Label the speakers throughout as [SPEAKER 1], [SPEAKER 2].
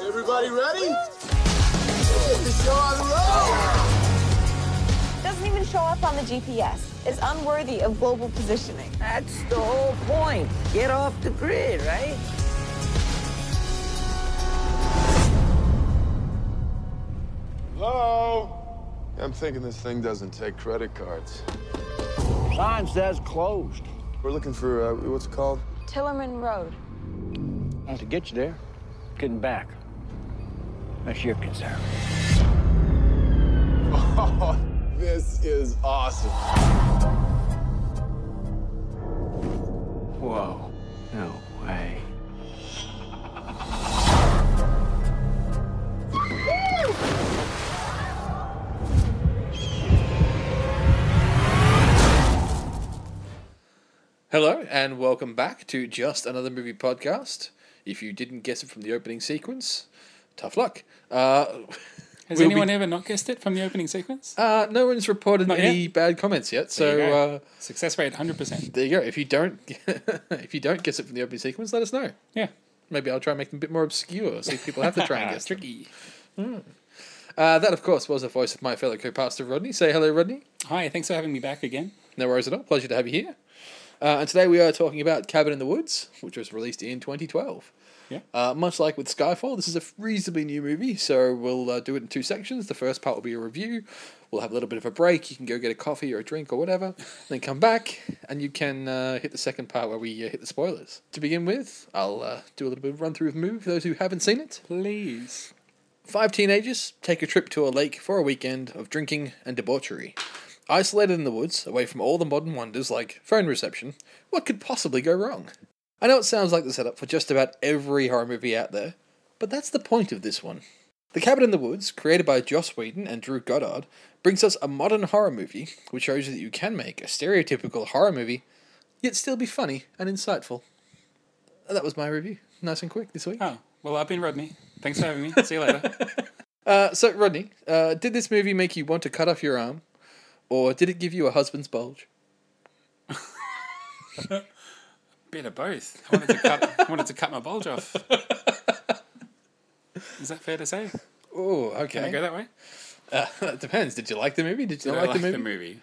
[SPEAKER 1] Everybody ready? The show on the road.
[SPEAKER 2] doesn't even show up on the GPS, is unworthy of global positioning.
[SPEAKER 3] That's the whole point. Get off the grid, right?
[SPEAKER 1] Hello. I'm thinking this thing doesn't take credit cards.
[SPEAKER 4] Sign says closed.
[SPEAKER 1] We're looking for uh, what's it called?
[SPEAKER 2] Tillerman Road.
[SPEAKER 4] Not to get you there, getting back. That's your concern.
[SPEAKER 1] Oh, this is awesome.
[SPEAKER 4] Whoa. No way.
[SPEAKER 5] Hello, and welcome back to Just Another Movie Podcast. If you didn't guess it from the opening sequence, tough luck. Uh,
[SPEAKER 6] Has
[SPEAKER 5] we'll be-
[SPEAKER 6] anyone ever not guessed it from the opening sequence?
[SPEAKER 5] uh, no one's reported
[SPEAKER 6] Not
[SPEAKER 5] any
[SPEAKER 6] yet?
[SPEAKER 5] bad comments yet, so
[SPEAKER 6] Oh, There you go.
[SPEAKER 5] uh,
[SPEAKER 6] Success rate 100%.
[SPEAKER 5] there you go. If you don't, if you don't guess it from the opening sequence, let us know.
[SPEAKER 6] Yeah.
[SPEAKER 5] Maybe I'll try and make them a bit more obscure, so people have to try and
[SPEAKER 6] Ah,
[SPEAKER 5] guess. them.
[SPEAKER 6] tricky.
[SPEAKER 5] Uh, that, of course, was the voice of my fellow co-pastor Rodney. Say hello, Rodney.
[SPEAKER 6] Hi, thanks for having me back again.
[SPEAKER 5] No worries at all. Pleasure to have you here. Uh, and today we are talking about Cabin in the Woods, which was released in 2012.
[SPEAKER 6] Yeah.
[SPEAKER 5] Uh, much like with Skyfall, this is a reasonably new movie, so we'll uh, do it in two sections. The first part will be a review. We'll have a little bit of a break. You can go get a coffee or a drink or whatever, then come back, and you can uh, hit the second part where we uh, hit the spoilers. To begin with, I'll uh, do a little bit of run through of the movie for those who haven't seen it.
[SPEAKER 6] Please.
[SPEAKER 5] Five teenagers take a trip to a lake for a weekend of drinking and debauchery. Isolated in the woods, away from all the modern wonders like phone reception, what could possibly go wrong? I know it sounds like the setup for just about every horror movie out there, but that's the point of this one. The Cabin in the Woods, created by Joss Whedon and Drew Goddard, brings us a modern horror movie which shows you that you can make a stereotypical horror movie, yet still be funny and insightful. That was my review. Nice and quick this week.
[SPEAKER 6] Oh, well, I've been Rodney. Thanks for having me. See you later.
[SPEAKER 5] Uh, so, Rodney, uh, did this movie make you want to cut off your arm, or did it give you a husband's bulge?
[SPEAKER 6] Bit of both. I wanted to cut, I wanted to cut my bulge off. Is that fair to say?
[SPEAKER 5] Oh,
[SPEAKER 6] Can I go
[SPEAKER 5] okay.
[SPEAKER 6] that way?
[SPEAKER 5] That depends. Did you like the movie? Did you
[SPEAKER 6] Did
[SPEAKER 5] not
[SPEAKER 6] I
[SPEAKER 5] like,
[SPEAKER 6] like
[SPEAKER 5] the movie?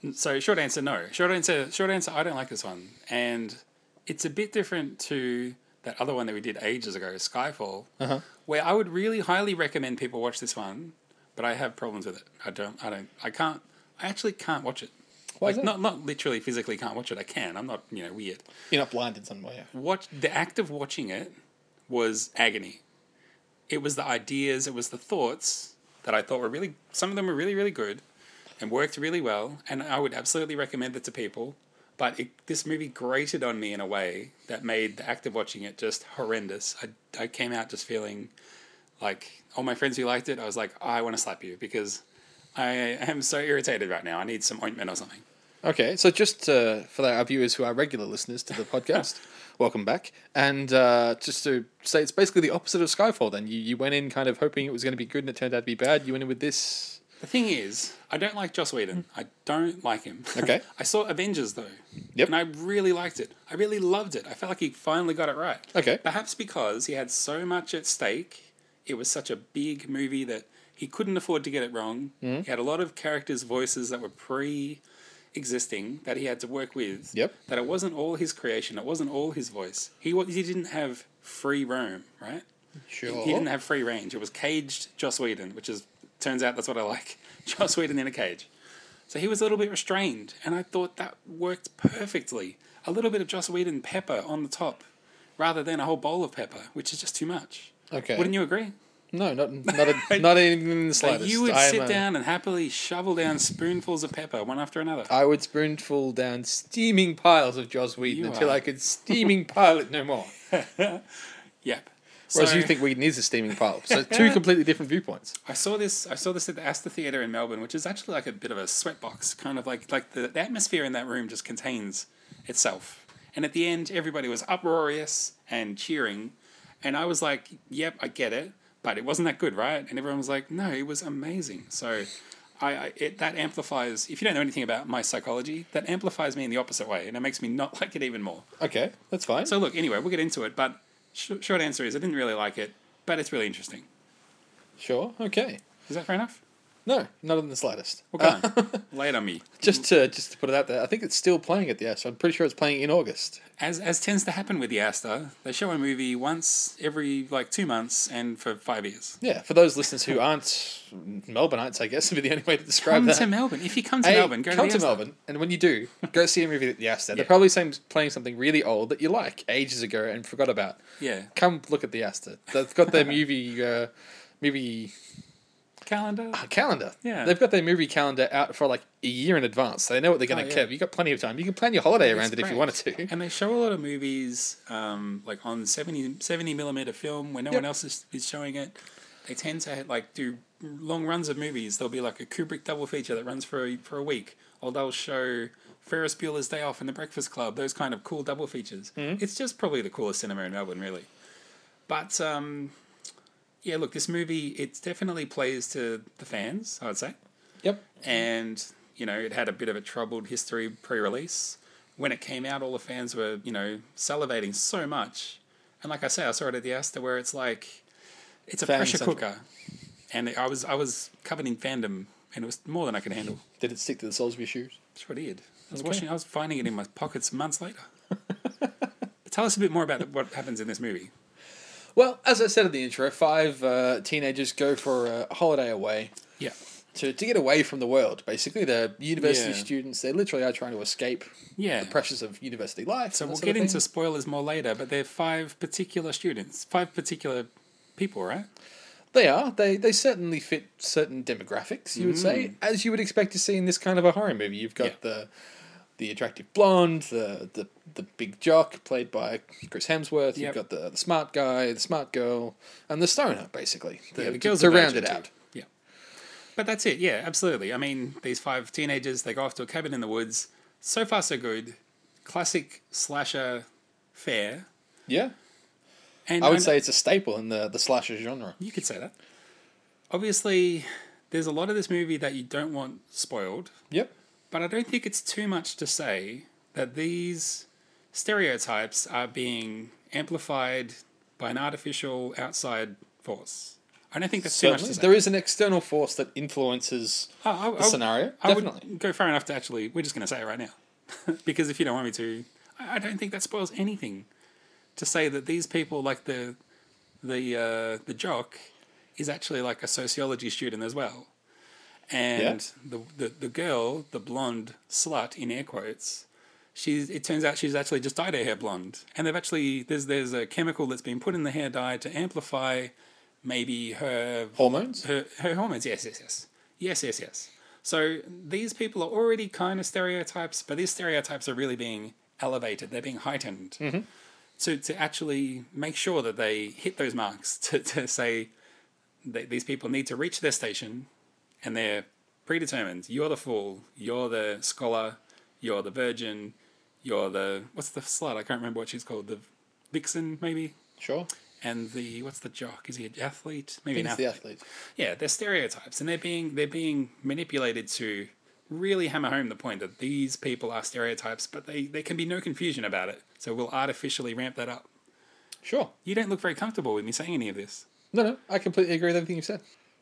[SPEAKER 6] movie? So short answer, no. Short answer, short answer. I don't like this one, and it's a bit different to that other one that we did ages ago, Skyfall,
[SPEAKER 5] Uh-huh.
[SPEAKER 6] where I would really highly recommend people watch this one, but I have problems with it. I don't. I don't. I can't. I actually can't watch it.
[SPEAKER 5] Why is
[SPEAKER 6] like
[SPEAKER 5] that?
[SPEAKER 6] not not literally physically can't watch it. I can. I'm not you know weird.
[SPEAKER 5] You're not blind in some way.
[SPEAKER 6] Watch the act of watching it was agony. It was the ideas, it was the thoughts that I thought were really some of them were really really good and worked really well, and I would absolutely recommend it to people. But it, this movie grated on me in a way that made the act of watching it just horrendous. I I came out just feeling like all my friends who liked it, I was like, I want to slap you because I am so irritated right now. I need some ointment or something.
[SPEAKER 5] Okay, so just uh, for our viewers who are regular listeners to the podcast, welcome back. And uh, just to say, it's basically the opposite of Skyfall. Then you you went in kind of hoping it was going to be good, and it turned out to be bad. You went in with this.
[SPEAKER 6] The thing is, I don't like Joss Whedon. I don't like him.
[SPEAKER 5] Hmm. Okay.
[SPEAKER 6] I saw Avengers though.
[SPEAKER 5] Yep.
[SPEAKER 6] And I really liked it. I really loved it. I felt like he finally got it right.
[SPEAKER 5] Okay.
[SPEAKER 6] Perhaps because he had so much at stake, it was such a big movie that he couldn't afford to get it wrong.
[SPEAKER 5] Hmm.
[SPEAKER 6] He had a lot of characters' voices that were pre existing that he had to work with.
[SPEAKER 5] Yep.
[SPEAKER 6] That it wasn't all his creation, it wasn't all his voice. He wa- he didn't have free roam, right?
[SPEAKER 5] Sure.
[SPEAKER 6] He didn't have free range. It was caged Joss Whedon, which is turns out that's what I like. Joss Whedon in a cage. So he was a little bit restrained, and I thought that worked perfectly. A little bit of Joss Whedon pepper on the top, rather than a whole bowl of pepper, which is just too much.
[SPEAKER 5] Okay.
[SPEAKER 6] Wouldn't you agree?
[SPEAKER 5] No, not not a, not even in the
[SPEAKER 6] Like
[SPEAKER 5] slightest.
[SPEAKER 6] you would
[SPEAKER 5] I am
[SPEAKER 6] sit
[SPEAKER 5] a-
[SPEAKER 6] down and happily shovel down spoonfuls of pepper one after another.
[SPEAKER 5] I would spoonful down steaming piles of Joss Whedon
[SPEAKER 6] You
[SPEAKER 5] until
[SPEAKER 6] are.
[SPEAKER 5] I could steaming pile it no more.
[SPEAKER 6] yep.
[SPEAKER 5] Whereas
[SPEAKER 6] So-
[SPEAKER 5] you think Whedon is a steaming pile. So two completely different viewpoints.
[SPEAKER 6] I saw this. I saw this at the Astor Theatre in Melbourne, which is actually like a bit of a sweatbox, kind of like like the, the atmosphere in that room just contains itself. And at the end, everybody was uproarious and cheering, and I was like, "Yep, I get it," but it wasn't that good, right? And everyone was like, "No, it was amazing." So, I, I it, that amplifies. If you don't know anything about my psychology, that amplifies me in the opposite way, and it makes me not like it even more.
[SPEAKER 5] Okay, that's fine.
[SPEAKER 6] So look, anyway, we'll get into it. But sh- short answer is, I didn't really like it but it's really interesting.
[SPEAKER 5] Sure. Okay.
[SPEAKER 6] Is that fair enough?
[SPEAKER 5] No, not in the slightest. Uh,
[SPEAKER 6] Okay. Lay it on me.
[SPEAKER 5] Just to just to put it out there, I think it's still playing at the Astor. I'm pretty sure it's playing in August.
[SPEAKER 6] As as tends to happen with the Astor, they show a movie once every like two months and for five years.
[SPEAKER 5] Yeah, for those listeners who aren't Melbourneites, I guess would be the only way to describe
[SPEAKER 6] Come
[SPEAKER 5] that.
[SPEAKER 6] to Melbourne. If you come to
[SPEAKER 5] Hey,
[SPEAKER 6] Melbourne, go
[SPEAKER 5] come
[SPEAKER 6] to, the Astor.
[SPEAKER 5] Melbourne, and when you do, go see a movie at the Astor. They're
[SPEAKER 6] Yeah.
[SPEAKER 5] probably same, playing something really old that you like ages ago and forgot about.
[SPEAKER 6] Yeah.
[SPEAKER 5] Come look at the Astor. They've got their movie uh, movie
[SPEAKER 6] Calendar.
[SPEAKER 5] calendar.
[SPEAKER 6] Yeah.
[SPEAKER 5] they've got their movie calendar out for like a year in advance. So they know what they're going to
[SPEAKER 6] Oh, yeah.
[SPEAKER 5] keep. You got plenty of time. You can plan your holiday around it if you wanted
[SPEAKER 6] That's
[SPEAKER 5] to.
[SPEAKER 6] great. And they show a lot of movies um, like on 70, 70 millimeter film where no one else is, is showing it. They tend to like do long runs of movies. There'll be like a Kubrick double feature that runs for a, for a week, or they'll show Ferris Bueller's Day Off and The Breakfast Club. Those kind of cool double features.
[SPEAKER 5] Mm-hmm.
[SPEAKER 6] It's just probably the coolest cinema in Melbourne, really. But um, yeah, look, this movie it definitely plays to the fans. I would say
[SPEAKER 5] Yep.
[SPEAKER 6] and you know it had a bit of a troubled history pre-release when it came out all the fans were you know salivating so much and like i say i saw it at the astor where it's like it's a
[SPEAKER 5] Fan
[SPEAKER 6] pressure
[SPEAKER 5] central.
[SPEAKER 6] cooker and i was i was covered in fandom and it was more than i could handle
[SPEAKER 5] Did it stick to the soles of your shoes?
[SPEAKER 6] sure did i was watching i was finding it in my pockets months later tell us a bit more about what happens in this movie
[SPEAKER 5] Well, as I said in the intro, five uh, teenagers go for a holiday away
[SPEAKER 6] yeah
[SPEAKER 5] to, to get away from the world. Basically, they're university
[SPEAKER 6] Yeah.
[SPEAKER 5] students. They literally are trying to escape
[SPEAKER 6] yeah
[SPEAKER 5] the pressures of university life.
[SPEAKER 6] so
[SPEAKER 5] and that
[SPEAKER 6] we'll
[SPEAKER 5] sort of
[SPEAKER 6] get into
[SPEAKER 5] thing.
[SPEAKER 6] spoilers more later but they're five particular students five particular people right
[SPEAKER 5] They are. They they certainly fit certain demographics. You would say, as you would expect to see in this kind of a horror movie. You've got
[SPEAKER 6] Mm. Yeah.
[SPEAKER 5] the the attractive blonde, the the the big jock played by Chris Hemsworth.
[SPEAKER 6] Yep.
[SPEAKER 5] You've got the, the smart guy, the smart girl, and the stoner. Basically,
[SPEAKER 6] yeah,
[SPEAKER 5] to-
[SPEAKER 6] the girls
[SPEAKER 5] to
[SPEAKER 6] are
[SPEAKER 5] round
[SPEAKER 6] virgin
[SPEAKER 5] it
[SPEAKER 6] too.
[SPEAKER 5] out.
[SPEAKER 6] Yeah, but that's it. Yeah, absolutely. I mean, these five teenagers they go off to a cabin in the woods. So far, so good. Classic slasher fare.
[SPEAKER 5] Yeah,
[SPEAKER 6] And
[SPEAKER 5] I would
[SPEAKER 6] kn-
[SPEAKER 5] say it's a staple in the the slasher genre.
[SPEAKER 6] you could say that. Obviously, there's a lot of this movie that you don't want spoiled,
[SPEAKER 5] Yep.
[SPEAKER 6] but I don't think it's too much to say that these stereotypes are being amplified by an artificial outside force. I don't think that's too much
[SPEAKER 5] Certainly.
[SPEAKER 6] to say.
[SPEAKER 5] There is an external force that influences
[SPEAKER 6] Oh, I-
[SPEAKER 5] the
[SPEAKER 6] I-
[SPEAKER 5] scenario.
[SPEAKER 6] I
[SPEAKER 5] Definitely.
[SPEAKER 6] would go far enough to actually. We're just going to say it right now, because if you don't want me to, I, I don't think that spoils anything. To say that these people, like the the uh, the jock, is actually like a sociology student as well, and the, the the girl, the blonde slut in air quotes. She's, it turns out she's actually just dyed her hair blonde, and they've actually there's there's a chemical that's been put in the hair dye to amplify maybe her
[SPEAKER 5] hormones.
[SPEAKER 6] her, her hormones. Yes, yes, yes. Yes, yes, yes. So these people are already kind of stereotypes, but these stereotypes are really being elevated. They're being heightened
[SPEAKER 5] Mm-hmm.
[SPEAKER 6] to, to actually make sure that they hit those marks to, to say that these people need to reach their station and they're predetermined. You're the fool. You're the scholar. You're the virgin. You're the, what's the slut? I can't remember what she's called. The vixen, maybe?
[SPEAKER 5] Sure.
[SPEAKER 6] And the, what's the jock? Is he an athlete? Maybe
[SPEAKER 5] He's
[SPEAKER 6] an
[SPEAKER 5] the athlete.
[SPEAKER 6] yeah, they're stereotypes, and they're being they're being manipulated to really hammer home the point that these people are stereotypes, but they there can be no confusion about it. So we'll artificially ramp that up.
[SPEAKER 5] Sure.
[SPEAKER 6] You don't look very comfortable with me saying any of this.
[SPEAKER 5] No, no, I completely agree with everything you said.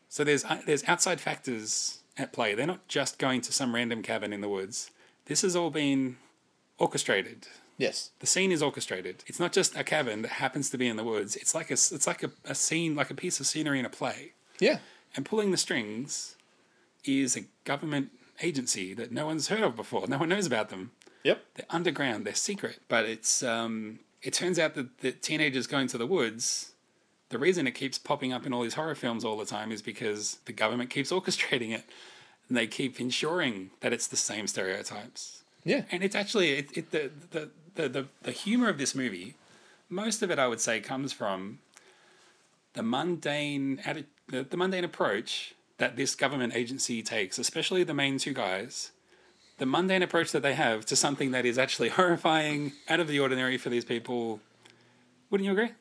[SPEAKER 6] So there's uh, there's outside factors at play. They're not just going to some random cabin in the woods. This has all been orchestrated.
[SPEAKER 5] Yes.
[SPEAKER 6] The scene is orchestrated. It's not just a cabin that happens to be in the woods. It's like a s- it's like a, a scene like a piece of scenery in a play.
[SPEAKER 5] Yeah.
[SPEAKER 6] And pulling the strings is a government agency that no one's heard of before. No one knows about them.
[SPEAKER 5] Yep.
[SPEAKER 6] They're underground. They're secret. But it's um, it turns out that the teenagers going to the woods. The reason it keeps popping up in all these horror films all the time is because the government keeps orchestrating it, and they keep ensuring that it's the same stereotypes.
[SPEAKER 5] Yeah.
[SPEAKER 6] And it's actually it, it, the, the, the, the, the humor of this movie, most of it I would say comes from the mundane atti- the, the mundane approach that this government agency takes, especially the main two guys, the mundane approach that they have to something that is actually horrifying, out of the ordinary for these people. Wouldn't you agree?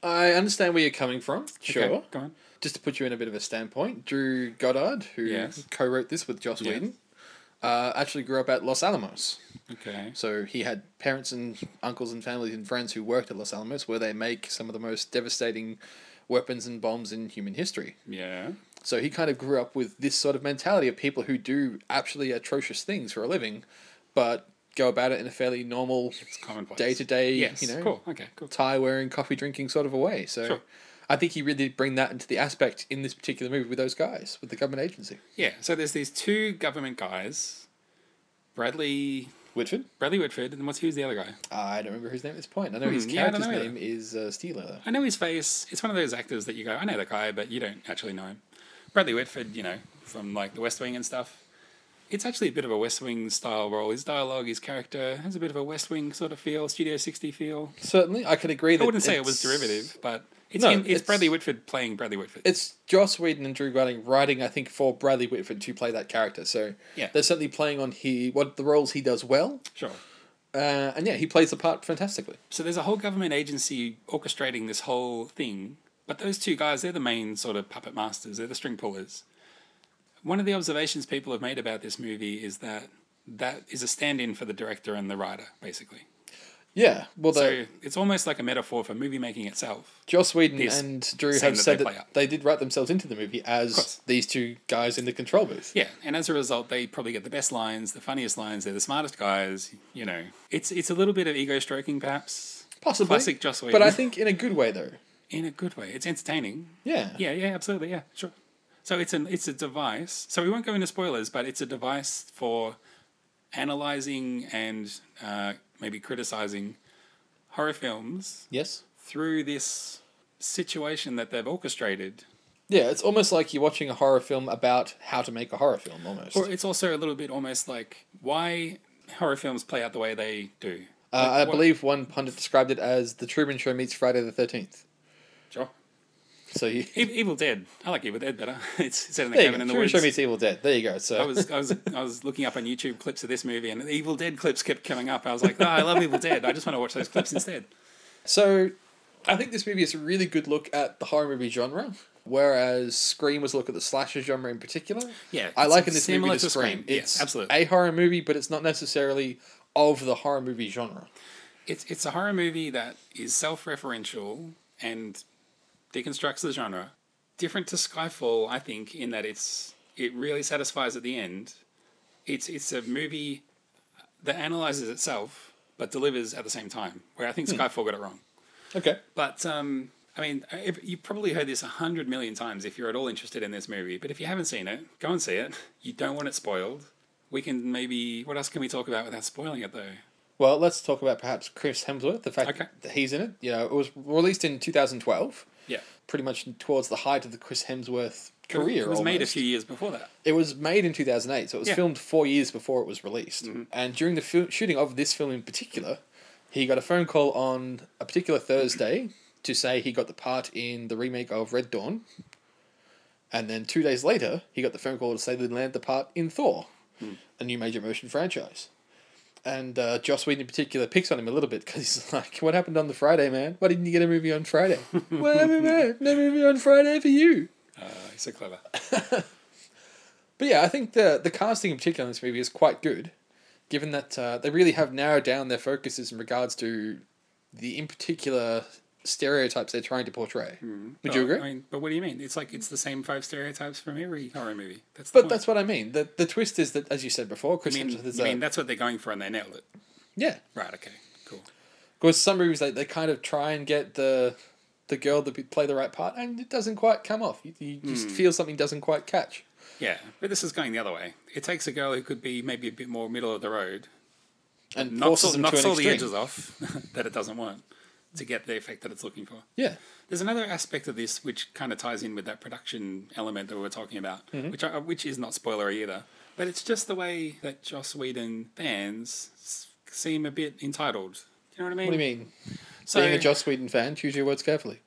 [SPEAKER 5] I understand where you're coming from. Sure.
[SPEAKER 6] Okay, go on.
[SPEAKER 5] Just to put you in a bit of a standpoint, Drew Goddard, who
[SPEAKER 6] Yes.
[SPEAKER 5] co-wrote this with Joss Whedon, uh, actually grew up at Los Alamos.
[SPEAKER 6] Okay.
[SPEAKER 5] So he had parents and uncles and families and friends who worked at Los Alamos, where they make some of the most devastating weapons and bombs in human history.
[SPEAKER 6] Yeah.
[SPEAKER 5] So he kind of grew up with this sort of mentality of people who do absolutely atrocious things for a living, but go about it in a fairly normal,
[SPEAKER 6] commonplace.
[SPEAKER 5] day to day,
[SPEAKER 6] Yes.
[SPEAKER 5] you know,
[SPEAKER 6] Cool. Okay. Cool.
[SPEAKER 5] tie wearing, coffee drinking sort of a way. So
[SPEAKER 6] Sure.
[SPEAKER 5] I think he really did bring that into the aspect in this particular movie with those guys, with the government agency.
[SPEAKER 6] Yeah. So there's these two government guys, Bradley
[SPEAKER 5] Whitford?
[SPEAKER 6] Bradley Whitford, and what's who's the other guy?
[SPEAKER 5] I don't remember his name at this point. I know his
[SPEAKER 6] Hmm, yeah, I don't
[SPEAKER 5] character's
[SPEAKER 6] know either.
[SPEAKER 5] name is uh, Steeler. though.
[SPEAKER 6] I know his face. It's one of those actors that you go, I know that guy, but you don't actually know him. Bradley Whitford, you know, from like The West Wing and stuff. It's actually a bit of a West Wing style role. His dialogue, his character has a bit of a West Wing sort of feel, Studio 60 feel.
[SPEAKER 5] Certainly, I could agree that
[SPEAKER 6] I wouldn't say it was
[SPEAKER 5] it's-
[SPEAKER 6] derivative, but it's,
[SPEAKER 5] No,
[SPEAKER 6] him, it's,
[SPEAKER 5] it's-
[SPEAKER 6] Bradley Whitford playing Bradley Whitford.
[SPEAKER 5] It's Joss Whedon and Drew Godding writing, I think, for Bradley Whitford to play that character. So
[SPEAKER 6] Yeah.
[SPEAKER 5] they're certainly playing on he what the roles he does well,
[SPEAKER 6] sure.
[SPEAKER 5] uh, and yeah, he plays the part fantastically.
[SPEAKER 6] So there's a whole government agency orchestrating this whole thing, but those two guys, they're the main sort of puppet masters, they're the string pullers. One of the observations people have made about this movie is that that is a stand in for the director and the writer, basically.
[SPEAKER 5] Yeah, well,
[SPEAKER 6] So
[SPEAKER 5] the
[SPEAKER 6] it's almost like a metaphor for movie making itself.
[SPEAKER 5] Joss Whedon
[SPEAKER 6] This
[SPEAKER 5] and Drew
[SPEAKER 6] scene
[SPEAKER 5] have
[SPEAKER 6] that
[SPEAKER 5] said
[SPEAKER 6] they
[SPEAKER 5] that
[SPEAKER 6] play out.
[SPEAKER 5] they did write themselves into the movie as
[SPEAKER 6] course.
[SPEAKER 5] these two guys in the control booth.
[SPEAKER 6] Yeah, and as a result, they probably get the best lines, the funniest lines. They're the smartest guys. You know, it's it's a little bit of ego stroking, perhaps,
[SPEAKER 5] Possibly,
[SPEAKER 6] Classic Joss
[SPEAKER 5] but I
[SPEAKER 6] Whedon.
[SPEAKER 5] think in a good way though.
[SPEAKER 6] in a good way. It's entertaining.
[SPEAKER 5] Yeah,
[SPEAKER 6] Yeah, yeah, absolutely, yeah, sure. So it's an it's a device. So we won't go into spoilers, but it's a device for analyzing and uh, maybe criticizing horror films
[SPEAKER 5] Yes.
[SPEAKER 6] through this situation that they've orchestrated
[SPEAKER 5] Yeah, it's almost like you're watching a horror film about how to make a horror film, almost. Uh,
[SPEAKER 6] Or it's also a little bit almost like why horror films play out the way they do.
[SPEAKER 5] uh, I
[SPEAKER 6] what-
[SPEAKER 5] believe one pundit described it as the Truman Show meets Friday the Thirteenth.
[SPEAKER 6] Sure.
[SPEAKER 5] So you,
[SPEAKER 6] Evil, Dead. I like Evil Dead better. It's set in the
[SPEAKER 5] there you
[SPEAKER 6] cabin
[SPEAKER 5] go.
[SPEAKER 6] in the
[SPEAKER 5] Truman
[SPEAKER 6] woods.
[SPEAKER 5] Show meets Evil Dead. There you go. So
[SPEAKER 6] I was I was I was looking up on YouTube clips of this movie and the Evil Dead clips kept coming up. I was like, no, I love Evil Dead. I just want to watch those clips instead.
[SPEAKER 5] So, I think this movie is a really good look at the horror movie genre, whereas Scream was a look at the slasher genre in particular.
[SPEAKER 6] Yeah,
[SPEAKER 5] I
[SPEAKER 6] it's
[SPEAKER 5] like in this
[SPEAKER 6] similar
[SPEAKER 5] movie to
[SPEAKER 6] to
[SPEAKER 5] Scream.
[SPEAKER 6] Scream. Yeah,
[SPEAKER 5] It's
[SPEAKER 6] absolutely.
[SPEAKER 5] a horror movie, but it's not necessarily of the horror movie genre.
[SPEAKER 6] It's it's a horror movie that is self-referential and deconstructs the genre. Different to Skyfall, I think, in that it's it really satisfies at the end. It's it's a movie that analyzes itself but delivers at the same time. Where I think Skyfall got it wrong.
[SPEAKER 5] Okay.
[SPEAKER 6] But um, I mean, if, you've probably heard this a hundred million times if you're at all interested in this movie. But if you haven't seen it, go and see it. You don't want it spoiled. We can maybe what else can we talk about without spoiling it though?
[SPEAKER 5] Well, let's talk about perhaps Chris Hemsworth, the fact
[SPEAKER 6] Okay.
[SPEAKER 5] that he's in it. You know, it was released in 2012,
[SPEAKER 6] Yeah.
[SPEAKER 5] pretty much towards the height of the Chris Hemsworth career.
[SPEAKER 6] It was made a
[SPEAKER 5] almost.
[SPEAKER 6] few years before that.
[SPEAKER 5] It was made in 2008, so it was
[SPEAKER 6] Yeah.
[SPEAKER 5] filmed four years before it was released. And during the fil- shooting of this film in particular, he got a phone call on a particular Thursday to say he got the part in the remake of Red Dawn. And then two days later, he got the phone call to say they'd land the part in Thor, a new major motion franchise. And uh, Joss Whedon in particular picks on him a little bit because he's like, "What happened on the Friday, man? Why didn't you get a movie on Friday? What happened, man? No movie on Friday for you."
[SPEAKER 6] Oh, he's so clever.
[SPEAKER 5] But yeah, I think the the casting in particular in this movie is quite good, given that uh, they really have narrowed down their focuses in regards to the in particular stereotypes they're trying to portray. Would you
[SPEAKER 6] Oh,
[SPEAKER 5] agree?
[SPEAKER 6] I mean, but what do you mean? It's like it's the same five stereotypes from every horror movie. That's the
[SPEAKER 5] but
[SPEAKER 6] point.
[SPEAKER 5] that's what I mean. The the twist is that, as you said before, Chris
[SPEAKER 6] I mean,
[SPEAKER 5] Hemsworth is
[SPEAKER 6] you
[SPEAKER 5] a
[SPEAKER 6] mean that's what they're going for, and they nailed it.
[SPEAKER 5] yeah.
[SPEAKER 6] Right. Okay. Cool.
[SPEAKER 5] Because some movies they, they kind of try and get the the girl to be, play the right part, and it doesn't quite come off. You, you just feel something doesn't quite catch.
[SPEAKER 6] Yeah, but this is going the other way. It takes a girl who could be maybe a bit more middle of the road,
[SPEAKER 5] And
[SPEAKER 6] knocks,
[SPEAKER 5] forces
[SPEAKER 6] all,
[SPEAKER 5] them to
[SPEAKER 6] knocks
[SPEAKER 5] an
[SPEAKER 6] all the
[SPEAKER 5] extreme.
[SPEAKER 6] edges off that it doesn't want to get the effect that it's looking for.
[SPEAKER 5] Yeah.
[SPEAKER 6] There's another aspect of this which kind of ties in with that production element that we were talking about,
[SPEAKER 5] Mm-hmm.
[SPEAKER 6] which I, which is not spoilery either. But it's just the way that Joss Whedon fans s- seem a bit entitled. Do you know what I mean?
[SPEAKER 5] What do you mean?
[SPEAKER 6] So,
[SPEAKER 5] Being a Joss Whedon fan, choose your words carefully.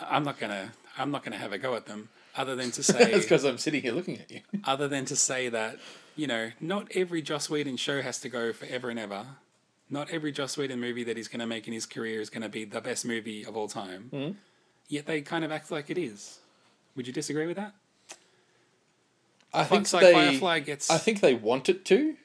[SPEAKER 6] I'm not gonna I'm not gonna have a go at them other than to
[SPEAKER 5] That's
[SPEAKER 6] say
[SPEAKER 5] because I'm sitting here looking at you.
[SPEAKER 6] other than to say that you know not every Joss Whedon show has to go forever and ever. Not every Joss Whedon movie that he's going to make in his career is going to be the best movie of all time.
[SPEAKER 5] Mm-hmm.
[SPEAKER 6] Yet they kind of act like it is. Would you disagree with that?
[SPEAKER 5] I think
[SPEAKER 6] It's like
[SPEAKER 5] they,
[SPEAKER 6] Firefly gets.
[SPEAKER 5] I think they want it to.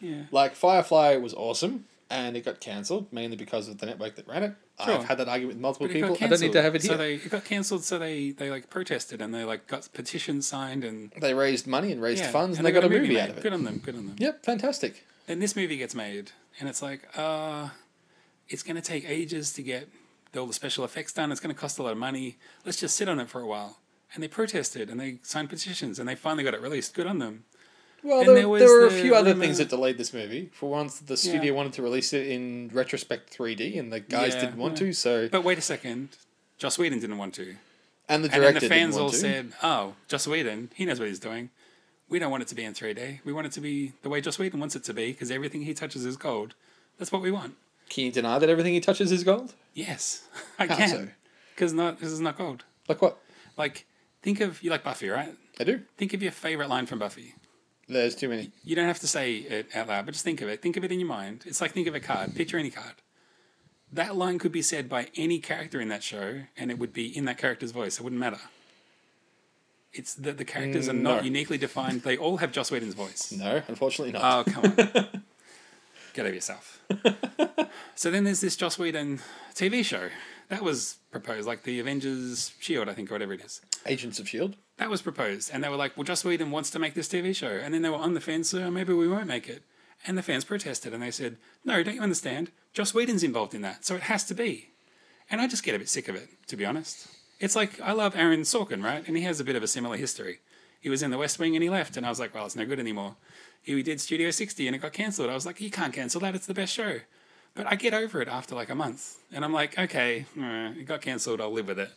[SPEAKER 6] yeah.
[SPEAKER 5] Like Firefly was awesome, and it got cancelled mainly because of the network that ran it.
[SPEAKER 6] Sure.
[SPEAKER 5] I've had that argument with multiple
[SPEAKER 6] But it got
[SPEAKER 5] people. I don't need to
[SPEAKER 6] cancelled.
[SPEAKER 5] have it here.
[SPEAKER 6] So they it got cancelled. So they they like protested and they like got petitions signed and
[SPEAKER 5] they raised money and raised
[SPEAKER 6] yeah,
[SPEAKER 5] funds, and, they, got, a movie, out
[SPEAKER 6] made.
[SPEAKER 5] of it.
[SPEAKER 6] Good on them. Good on them.
[SPEAKER 5] Yep, fantastic.
[SPEAKER 6] Then this movie gets made, and it's like, uh, it's going to take ages to get all the special effects done. It's going to cost a lot of money. Let's just sit on it for a while. And they protested and they signed petitions and they finally got it released. Good on them.
[SPEAKER 5] Well,
[SPEAKER 6] And
[SPEAKER 5] there,
[SPEAKER 6] there
[SPEAKER 5] there,
[SPEAKER 6] was
[SPEAKER 5] were a
[SPEAKER 6] the
[SPEAKER 5] few other
[SPEAKER 6] rumour-
[SPEAKER 5] things that delayed this movie. For once, the studio
[SPEAKER 6] Yeah.
[SPEAKER 5] wanted to release it in retrospect 3D, and the guys
[SPEAKER 6] Yeah,
[SPEAKER 5] didn't want
[SPEAKER 6] yeah.
[SPEAKER 5] to. So,
[SPEAKER 6] But wait a second. Joss Whedon didn't want to.
[SPEAKER 5] and the
[SPEAKER 6] And
[SPEAKER 5] director
[SPEAKER 6] then the fans
[SPEAKER 5] didn't want
[SPEAKER 6] all
[SPEAKER 5] to.
[SPEAKER 6] said, oh, Joss Whedon, he knows what he's doing. We don't want it to be in 3D. We want it to be the way Joss Whedon wants it to be because everything he touches is gold. That's what we want.
[SPEAKER 5] Can you deny that everything he touches is gold?
[SPEAKER 6] Yes, I
[SPEAKER 5] How so?
[SPEAKER 6] can. Because not this is not gold.
[SPEAKER 5] Like what?
[SPEAKER 6] Like, think of, you like Buffy, right?
[SPEAKER 5] I do.
[SPEAKER 6] Think of your favorite line from Buffy.
[SPEAKER 5] There's too many.
[SPEAKER 6] You don't have to say it out loud, but just think of it. Think of it in your mind. It's like think of a card. Picture any card. That line could be said by any character in that show, and it would be in that character's voice. It wouldn't matter. It's that the characters are not
[SPEAKER 5] No.
[SPEAKER 6] uniquely defined. They all have Joss Whedon's voice.
[SPEAKER 5] No, unfortunately not.
[SPEAKER 6] Oh, come on. Get over yourself. so then there's this Joss Whedon TV show. That was proposed, like the Avengers Shield, I think, or whatever it is.
[SPEAKER 5] Agents of S.H.I.E.L.D.
[SPEAKER 6] That was proposed, and they were like, "Well, Joss Whedon wants to make this TV show," and then they were on the fence, so maybe we won't make it. And the fans protested, and they said, "No, don't you understand? Joss Whedon's involved in that, so it has to be." And I just get a bit sick of it, to be honest. It's like I love Aaron Sorkin, right? And he has a bit of a similar history. He was in The West Wing and he left, and I was like, "Well, it's no good anymore." He did Studio 60, and it got cancelled. I was like, "You can't cancel that; it's the best show." But I get over it after like a month, and I'm like, "Okay, eh, it got cancelled. I'll live with it."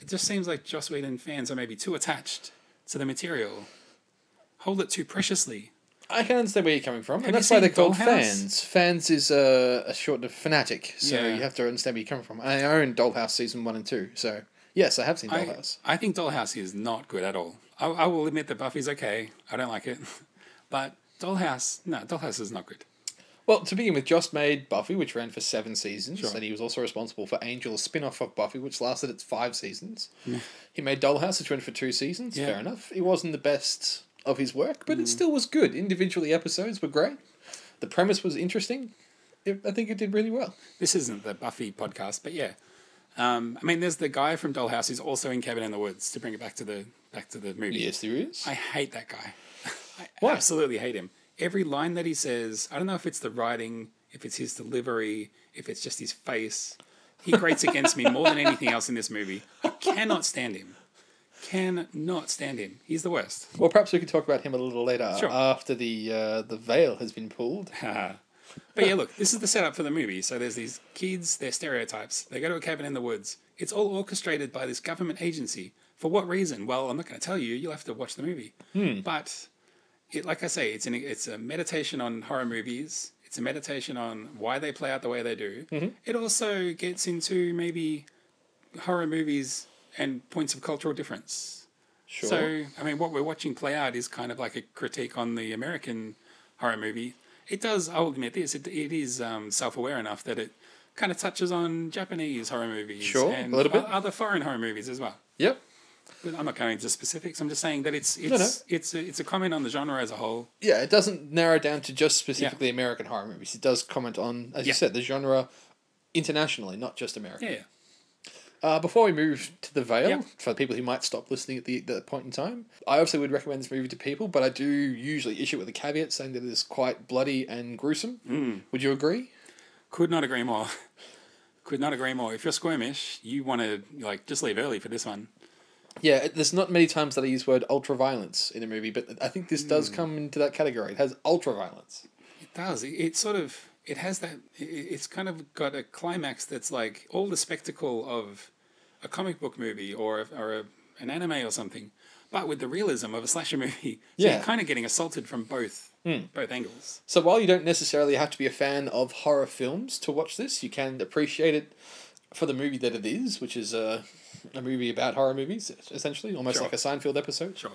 [SPEAKER 6] It just seems like Joss Whedon fans are maybe too attached to the material, hold it too preciously.
[SPEAKER 5] I can understand where you're coming from,
[SPEAKER 6] Have
[SPEAKER 5] and
[SPEAKER 6] you
[SPEAKER 5] that's why
[SPEAKER 6] seen
[SPEAKER 5] they're called
[SPEAKER 6] Dollhouse?
[SPEAKER 5] fans. Fans is uh, a short of fanatic, so
[SPEAKER 6] Yeah.
[SPEAKER 5] you have to understand where you're coming from. And I own Dollhouse season one and two, so yes, I have seen
[SPEAKER 6] I,
[SPEAKER 5] Dollhouse.
[SPEAKER 6] I think Dollhouse is not good at all. I, I will admit that Buffy's okay. I don't like it, but Dollhouse, no, Dollhouse is not good.
[SPEAKER 5] Well, to begin with, Joss made Buffy, which ran for seven seasons,
[SPEAKER 6] Sure.
[SPEAKER 5] and he was also responsible for Angel, a spin off of Buffy, which lasted its five seasons. he made Dollhouse, which ran for two seasons.
[SPEAKER 6] Yeah. Mm.
[SPEAKER 5] Fair enough. It wasn't the best of his work, but it still was good. Individually, episodes were great. The premise was interesting. It, I think it did really well.
[SPEAKER 6] This isn't the Buffy podcast, but yeah. Um, I mean, there's the guy from Dollhouse who's also in Cabin in the Woods. To bring it back to the back to the movie,
[SPEAKER 5] there is.
[SPEAKER 6] I hate that guy. I
[SPEAKER 5] Why?
[SPEAKER 6] absolutely hate him. Every line that he says, I don't know if it's the writing, if it's his delivery, if it's just his face. He grates against me more than anything else in this movie. I cannot stand him. Cannot stand him. He's the worst.
[SPEAKER 5] Well, perhaps we could talk about him a little later
[SPEAKER 6] Sure.
[SPEAKER 5] after the uh, the veil has been pulled.
[SPEAKER 6] But yeah, look, this is the setup for the movie. So there's these kids, they're stereotypes. They go to a cabin in the woods. It's all orchestrated by this government agency. For what reason? Well, I'm not going to tell you. You'll have to watch the movie. But it, like I say, it's an, it's a meditation on horror movies. It's a meditation on why they play out the way they do. It also gets into maybe horror movies and points of cultural difference.
[SPEAKER 5] Sure.
[SPEAKER 6] So, I mean, what we're watching play out is kind of like a critique on the American horror movie. It does, I'll admit this, it, it is um, self aware enough that it kind of touches on Japanese horror movies
[SPEAKER 5] Sure,
[SPEAKER 6] and
[SPEAKER 5] a little bit.
[SPEAKER 6] o- other foreign horror movies as well.
[SPEAKER 5] yep.
[SPEAKER 6] But I'm not going into specifics. I'm just saying that it's it's
[SPEAKER 5] no.
[SPEAKER 6] it's a, it's a comment on the genre as a whole.
[SPEAKER 5] Yeah, it doesn't narrow down to just specifically American horror movies. It does comment on, as you
[SPEAKER 6] Yeah.
[SPEAKER 5] said, the genre internationally, not just America.
[SPEAKER 6] Yeah.
[SPEAKER 5] Uh, before we move to The Veil,
[SPEAKER 6] Yep.
[SPEAKER 5] for people who might stop listening at the, the point in time, I obviously would recommend this movie to people, but I do usually issue it with a caveat saying that it is quite bloody and gruesome.
[SPEAKER 6] Hmm.
[SPEAKER 5] Would you agree?
[SPEAKER 6] Could not agree more. Could not agree more. If you're squeamish, you want to like just leave early for this one.
[SPEAKER 5] Yeah, it- there's not many times that I use word ultra-violence in a movie, but I think this does
[SPEAKER 6] Hmm.
[SPEAKER 5] come into that category. It has ultra-violence.
[SPEAKER 6] does. It, it sort of it has that. It, it's kind of got a climax that's like all the spectacle of a comic book movie or a, or a, an anime or something, but with the realism of a slasher movie. So
[SPEAKER 5] Yeah. Hmm.
[SPEAKER 6] you're kind of getting assaulted from both both angles.
[SPEAKER 5] So while you don't necessarily have to be a fan of horror films to watch this, you can appreciate it for the movie that it is, which is a, a movie about horror movies, essentially, almost
[SPEAKER 6] Sure.
[SPEAKER 5] like a Seinfeld episode.
[SPEAKER 6] Sure.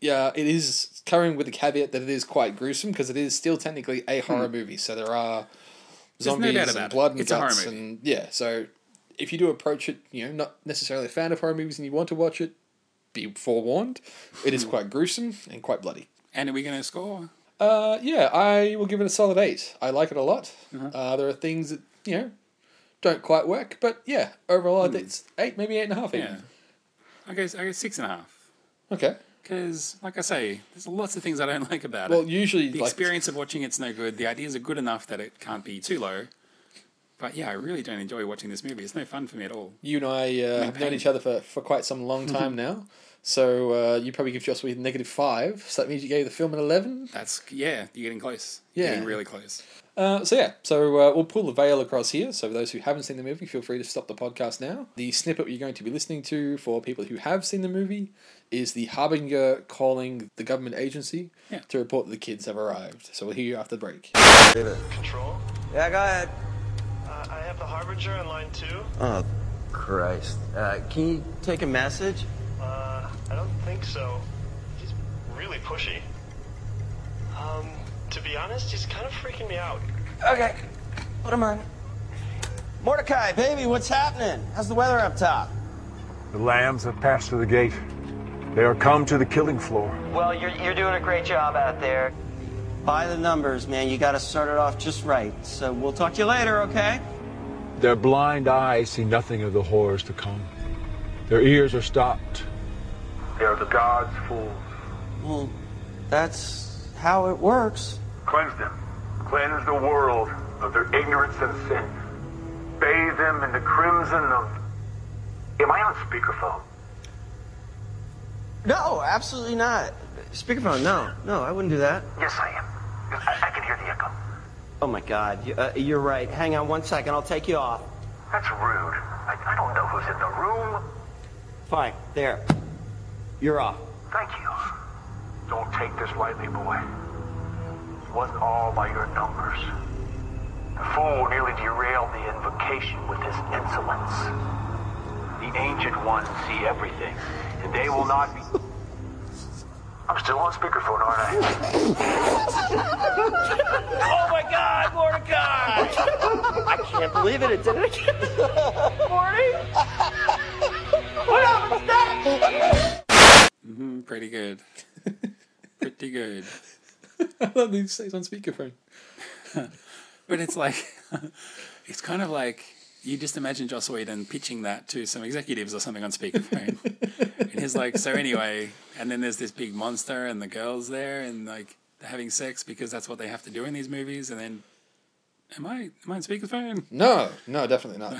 [SPEAKER 5] Yeah, it is covering with the caveat that it is quite gruesome because it is still technically a horror movie. So there are
[SPEAKER 6] Hmm. There's no
[SPEAKER 5] zombies
[SPEAKER 6] doubt about
[SPEAKER 5] and
[SPEAKER 6] it.
[SPEAKER 5] blood and
[SPEAKER 6] It's a horror
[SPEAKER 5] guts
[SPEAKER 6] movie.
[SPEAKER 5] and yeah. So if you do approach it, you know, not necessarily a fan of horror movies and you want to
[SPEAKER 6] Hmm.
[SPEAKER 5] watch it, be forewarned. It is quite gruesome and quite bloody.
[SPEAKER 6] And are we going to score?
[SPEAKER 5] Uh, yeah, I will give it a solid eight. I like it a lot.
[SPEAKER 6] Uh-huh.
[SPEAKER 5] Uh, there are things that you know don't quite work, but yeah, overall
[SPEAKER 6] Hmm.
[SPEAKER 5] it's eight, maybe eight and a half. Even.
[SPEAKER 6] Yeah. I guess I guess six and a half.
[SPEAKER 5] Okay.
[SPEAKER 6] Because, like I say, there's lots of things I don't like about
[SPEAKER 5] Well,
[SPEAKER 6] it.
[SPEAKER 5] usually
[SPEAKER 6] the
[SPEAKER 5] like
[SPEAKER 6] experience of watching it's no good. The ideas are good enough that it can't be too low. But yeah, I really don't enjoy watching this movie. It's no fun for me at all.
[SPEAKER 5] you and I uh, have known each other for, for quite some long time now. So uh, you probably give Joss Whedon negative five. So that means you gave the film an eleven.
[SPEAKER 6] That's yeah, you're getting close. You're
[SPEAKER 5] Yeah.
[SPEAKER 6] getting really close.
[SPEAKER 5] Uh, so yeah, so uh, we'll pull the veil across here. So for those who haven't seen the movie, feel free to stop the podcast now. The snippet you're going to be listening to for people who have seen the movie is the harbinger calling the government agency
[SPEAKER 6] Yeah.
[SPEAKER 5] to report that the kids have arrived. So we'll hear you after the break.
[SPEAKER 7] Control,
[SPEAKER 3] Yeah, go ahead.
[SPEAKER 7] uh, I have the Harbinger on line two.
[SPEAKER 3] Oh, Christ. Uh, can you take a message?
[SPEAKER 7] Uh, I don't think so. He's really pushy. Um, to be honest, he's kind of freaking me out.
[SPEAKER 3] Okay. Put him on. Mordecai, baby, what's happening? How's the weather up top?
[SPEAKER 8] The lambs have passed through the gate. They are come to the killing floor.
[SPEAKER 3] Well, you're, you're doing a great job out there. By the numbers, man, you got to start it off just right. So we'll talk to you later, okay?
[SPEAKER 8] Their blind eyes see nothing of the horrors to come. Their ears are stopped. They are the gods' fools.
[SPEAKER 3] Well, that's how it works.
[SPEAKER 9] Cleanse them. Cleanse the world of their ignorance and sin. Bathe them in the crimson of. Am I on speakerphone?
[SPEAKER 3] No, absolutely not. Speakerphone, no, no, I wouldn't do that.
[SPEAKER 9] Yes, I am. I, I can hear the echo.
[SPEAKER 3] Oh my God, you, uh, you're right. Hang on one second, I'll take you off.
[SPEAKER 9] That's rude. I, I don't know who's in the room.
[SPEAKER 3] Fine, there. You're off.
[SPEAKER 9] Thank you. Don't take this lightly, boy. It wasn't all by your numbers. The fool nearly derailed the invocation with his insolence. The ancient ones see everything, and they will not be. I'm still on speakerphone, aren't I?
[SPEAKER 3] Oh my God, Mordecai! I can't believe it. It did it again.
[SPEAKER 6] Mm, Pretty good. Pretty good.
[SPEAKER 5] I love these stays on speakerphone.
[SPEAKER 6] But it's like, it's kind of like you just imagine Joss Whedon pitching that to some executives or something on speakerphone, and he's like, "So anyway," and then there's this big monster and the girls there and like they're having sex because that's what they have to do in these movies, and then. Am I am I on speakerphone?
[SPEAKER 5] No, no, definitely not.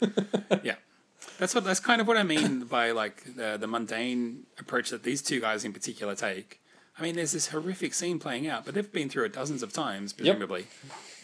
[SPEAKER 5] No.
[SPEAKER 6] yeah, that's what that's kind of what I mean by like the, the mundane approach that these two guys in particular take. I mean, there's this horrific scene playing out, but they've been through it dozens of times, presumably.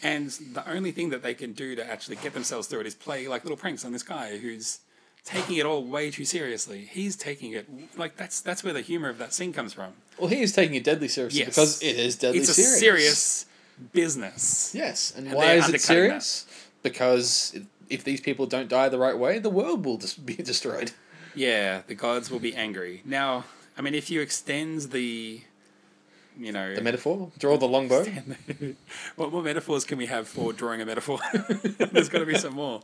[SPEAKER 6] And the only thing that they can do to actually get themselves through it is play like little pranks on this guy who's taking it all way too seriously. He's taking it like that's that's where the humor of that scene comes from.
[SPEAKER 5] well, he is taking it deadly seriously
[SPEAKER 6] Yes.
[SPEAKER 5] because it is deadly
[SPEAKER 6] it's a
[SPEAKER 5] serious.
[SPEAKER 6] serious, business.
[SPEAKER 5] Yes, and,
[SPEAKER 6] And
[SPEAKER 5] why
[SPEAKER 6] they're
[SPEAKER 5] is it
[SPEAKER 6] undercutting that.
[SPEAKER 5] serious? Because if- if these people don't die the right way, the world will just be destroyed.
[SPEAKER 6] Yeah, the gods will be angry. Now, I mean, if you extend the, you know,
[SPEAKER 5] The metaphor, draw the longbow.
[SPEAKER 6] what more metaphors can we have for drawing a metaphor? There's got to be some more.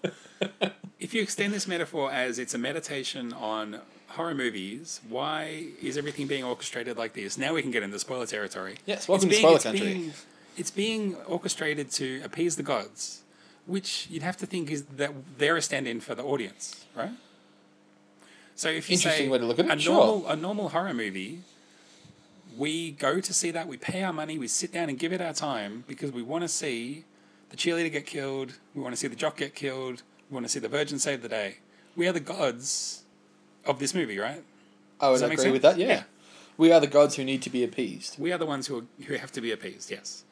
[SPEAKER 6] If you extend this metaphor as it's a meditation on horror movies, why is everything being orchestrated like this? Now we can get into spoiler territory.
[SPEAKER 5] Yes, welcome to spoiler country.
[SPEAKER 6] Being, it's being orchestrated to appease the gods, which you'd have to think is that they're a stand-in for the audience, right? So if you
[SPEAKER 5] Interesting
[SPEAKER 6] say
[SPEAKER 5] way to look at
[SPEAKER 6] a
[SPEAKER 5] it, sure.
[SPEAKER 6] normal a normal horror movie we go to see that. We pay our money. We sit down and give it our time because we want to see the cheerleader get killed. We want to see the jock get killed. We want to see the virgin save the day. We are the gods of this movie, right?
[SPEAKER 5] I would
[SPEAKER 6] Does that make
[SPEAKER 5] agree with
[SPEAKER 6] sense?
[SPEAKER 5] Oh, that. Yeah.
[SPEAKER 6] Yeah.
[SPEAKER 5] we are the gods who need to be appeased.
[SPEAKER 6] We are the ones who are, who have to be appeased. Yes.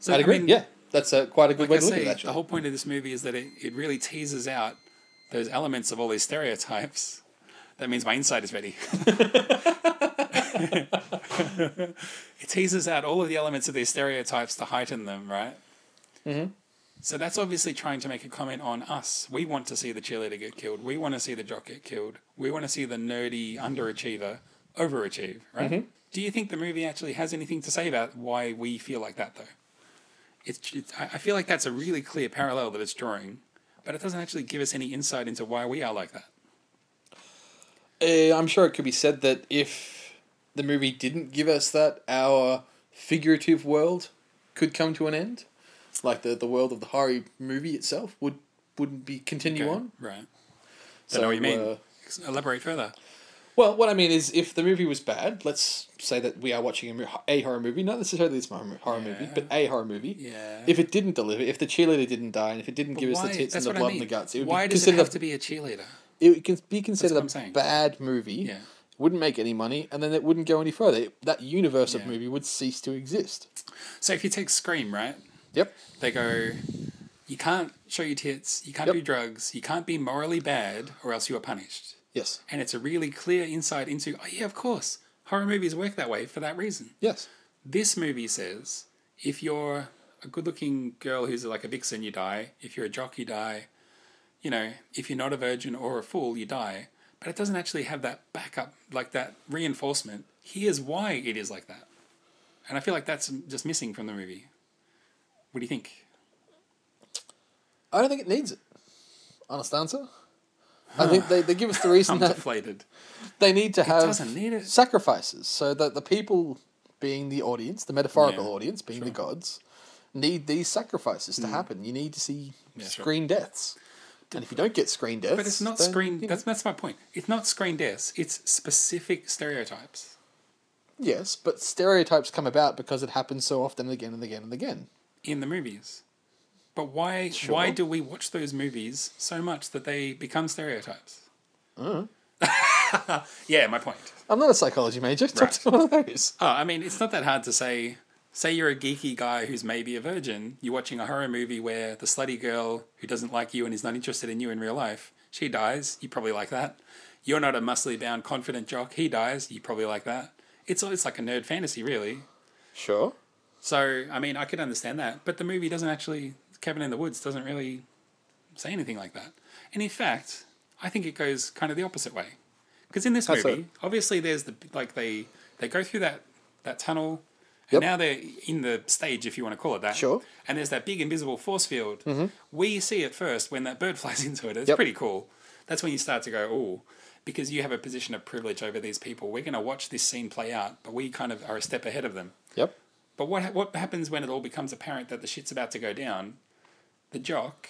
[SPEAKER 6] So
[SPEAKER 5] I'd agree.
[SPEAKER 6] mean,
[SPEAKER 5] yeah, that's a, quite a good way to
[SPEAKER 6] Like I
[SPEAKER 5] look at
[SPEAKER 6] say,
[SPEAKER 5] it.
[SPEAKER 6] the
[SPEAKER 5] Actually,
[SPEAKER 6] whole point of this movie is that it, it really teases out those elements of all these stereotypes. That means my insight is ready. it teases out all of the elements of these stereotypes to heighten them, right? Mm-hmm. So that's obviously trying to make a comment on us. We want to see the cheerleader get killed. We want to see the jock get killed. We want to see the nerdy underachiever overachieve, right?
[SPEAKER 5] Mm-hmm.
[SPEAKER 6] Do you think the movie actually has anything to say about why we feel like that, though? it's, it's I I feel like that's a really clear parallel that it's drawing, but it doesn't actually give us any insight into why we are like that.
[SPEAKER 5] Uh, I'm sure it could be said that if the movie didn't give us that, our figurative world could come to an end, like the the world of the Hari movie itself would wouldn't be continue
[SPEAKER 6] Okay,
[SPEAKER 5] on.
[SPEAKER 6] Right. Don't know what you mean.
[SPEAKER 5] uh,
[SPEAKER 6] Elaborate further.
[SPEAKER 5] well, what I mean is, if the movie was bad, let's say that we are watching a, mo- a horror movie, not necessarily this horror horror movie, but a horror movie.
[SPEAKER 6] Yeah.
[SPEAKER 5] If it didn't deliver, if the cheerleader didn't die, and if it didn't give us the tits and the blood and the guts, it would
[SPEAKER 6] Why
[SPEAKER 5] be
[SPEAKER 6] does it
[SPEAKER 5] considered
[SPEAKER 6] have
[SPEAKER 5] a-
[SPEAKER 6] to be a cheerleader?
[SPEAKER 5] it would cons- be
[SPEAKER 6] what I'm
[SPEAKER 5] considered a
[SPEAKER 6] saying.
[SPEAKER 5] bad movie.
[SPEAKER 6] Yeah.
[SPEAKER 5] Wouldn't make any money, and then it wouldn't go any further. It- That universe of movie would cease to exist.
[SPEAKER 6] So if you take Scream, right?
[SPEAKER 5] Yep.
[SPEAKER 6] They go, you can't show your tits, you can't
[SPEAKER 5] Yep.
[SPEAKER 6] do drugs, you can't be morally bad, or else you are punished.
[SPEAKER 5] Yes.
[SPEAKER 6] And it's a really clear insight into, oh yeah, of course, horror movies work that way for that reason.
[SPEAKER 5] Yes.
[SPEAKER 6] This movie says if you're a good looking girl who's like a vixen, you die. If you're a jock, you die. You know, if you're not a virgin or a fool, you die. But it doesn't actually have that backup, like that reinforcement. Here's why it is like that. And I feel like that's just missing from the movie. What do you think?
[SPEAKER 5] I don't think it needs it. Honest answer. I think they, they give us the reason
[SPEAKER 6] I'm
[SPEAKER 5] that
[SPEAKER 6] deflated.
[SPEAKER 5] they need to have
[SPEAKER 6] doesn't need it.
[SPEAKER 5] sacrifices so that the people being the audience, the metaphorical
[SPEAKER 6] Yeah,
[SPEAKER 5] audience being the gods, need these sacrifices to happen. You need to see
[SPEAKER 6] Hmm. sure.
[SPEAKER 5] screen deaths. And if you don't get screen deaths,
[SPEAKER 6] But it's not
[SPEAKER 5] then,
[SPEAKER 6] screen.
[SPEAKER 5] you know,
[SPEAKER 6] That's, that's my point. It's not screen deaths. It's specific stereotypes.
[SPEAKER 5] yes, but stereotypes come about because it happens so often and again and again and again.
[SPEAKER 6] in the movies. But why why do we watch those movies so much that they become stereotypes? yeah, my point.
[SPEAKER 5] I'm not a psychology major. Talk
[SPEAKER 6] Right.
[SPEAKER 5] to one of those.
[SPEAKER 6] Oh, I mean, it's not that hard to say. Say you're a geeky guy who's maybe a virgin. You're watching a horror movie where the slutty girl who doesn't like you and is not interested in you in real life, she dies. You probably like that. You're not a muscly bound, confident jock. He dies. You probably like that. It's it's like a nerd fantasy, really.
[SPEAKER 5] Sure.
[SPEAKER 6] So, I mean, I could understand that, but the movie doesn't actually, Cabin in the Woods doesn't really say anything like that. And in fact, I think it goes kind of the opposite way. Because in this
[SPEAKER 5] That's
[SPEAKER 6] movie,
[SPEAKER 5] it.
[SPEAKER 6] obviously, there's the, like, they, they go through that, that tunnel,
[SPEAKER 5] Yep.
[SPEAKER 6] and now they're in the stage, if you want to call it that.
[SPEAKER 5] Sure. Mm-hmm.
[SPEAKER 6] And there's that big invisible force field. We see it first when that bird flies into it. It's
[SPEAKER 5] Yep.
[SPEAKER 6] pretty cool. That's when you start to go, oh, because you have a position of privilege over these people. We're going to watch this scene play out, but we kind of are a step ahead of them.
[SPEAKER 5] Yep.
[SPEAKER 6] But what ha- what happens when it all becomes apparent that the shit's about to go down? The jock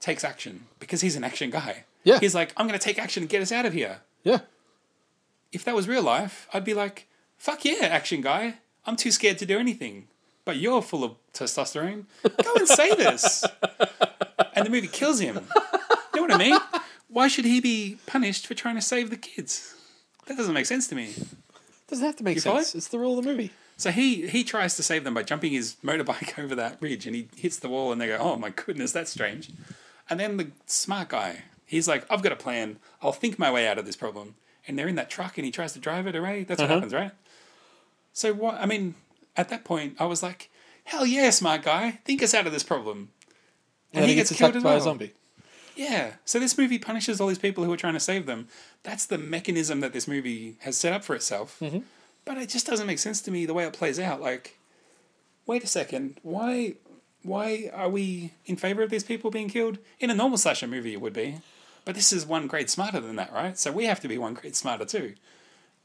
[SPEAKER 6] takes action because he's an action guy.
[SPEAKER 5] Yeah.
[SPEAKER 6] He's like, I'm going to take action and get us out of here.
[SPEAKER 5] Yeah.
[SPEAKER 6] If that was real life, I'd be like, fuck yeah, action guy. I'm too scared to do anything. But you're full of testosterone. Go and say this. and the movie kills him. You know what I mean? Why should he be punished for trying to save the kids? That doesn't make sense to me.
[SPEAKER 5] Doesn't have to make
[SPEAKER 6] You follow?
[SPEAKER 5] sense. It's the rule of the movie.
[SPEAKER 6] So he he tries to save them by jumping his motorbike over that ridge, and he hits the wall, and they go, "Oh my goodness, that's strange." And then the smart guy, he's like, "I've got a plan. I'll think my way out of this problem." And they're in that truck, and he tries to drive it away. That's what happens, right? So what? I mean, at that point, I was like, "Hell yeah, smart guy, think us out of this problem."
[SPEAKER 5] And
[SPEAKER 6] And, he
[SPEAKER 5] then
[SPEAKER 6] gets, killed
[SPEAKER 5] attacked
[SPEAKER 6] as
[SPEAKER 5] by
[SPEAKER 6] well.
[SPEAKER 5] a zombie.
[SPEAKER 6] Yeah. So this movie punishes all these people who are trying to save them. That's the mechanism that this movie has set up for itself. But it just doesn't make sense to me the way it plays out. Like, wait a second, why, why are we in favor of these people being killed? In a normal slasher movie, it would be, but this is one grade smarter than that, right? So we have to be one grade smarter too.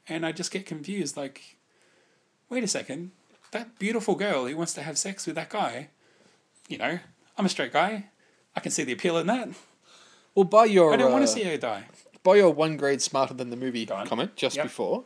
[SPEAKER 6] And I just get confused. Like, wait a second, that beautiful girl who wants to have sex with that guy, you know, I'm a straight guy. I can see the appeal in that.
[SPEAKER 5] Well, by your
[SPEAKER 6] I don't want
[SPEAKER 5] uh,
[SPEAKER 6] to see her die.
[SPEAKER 5] by your one grade smarter than the movie
[SPEAKER 6] on.
[SPEAKER 5] comment just
[SPEAKER 6] Yep.
[SPEAKER 5] before,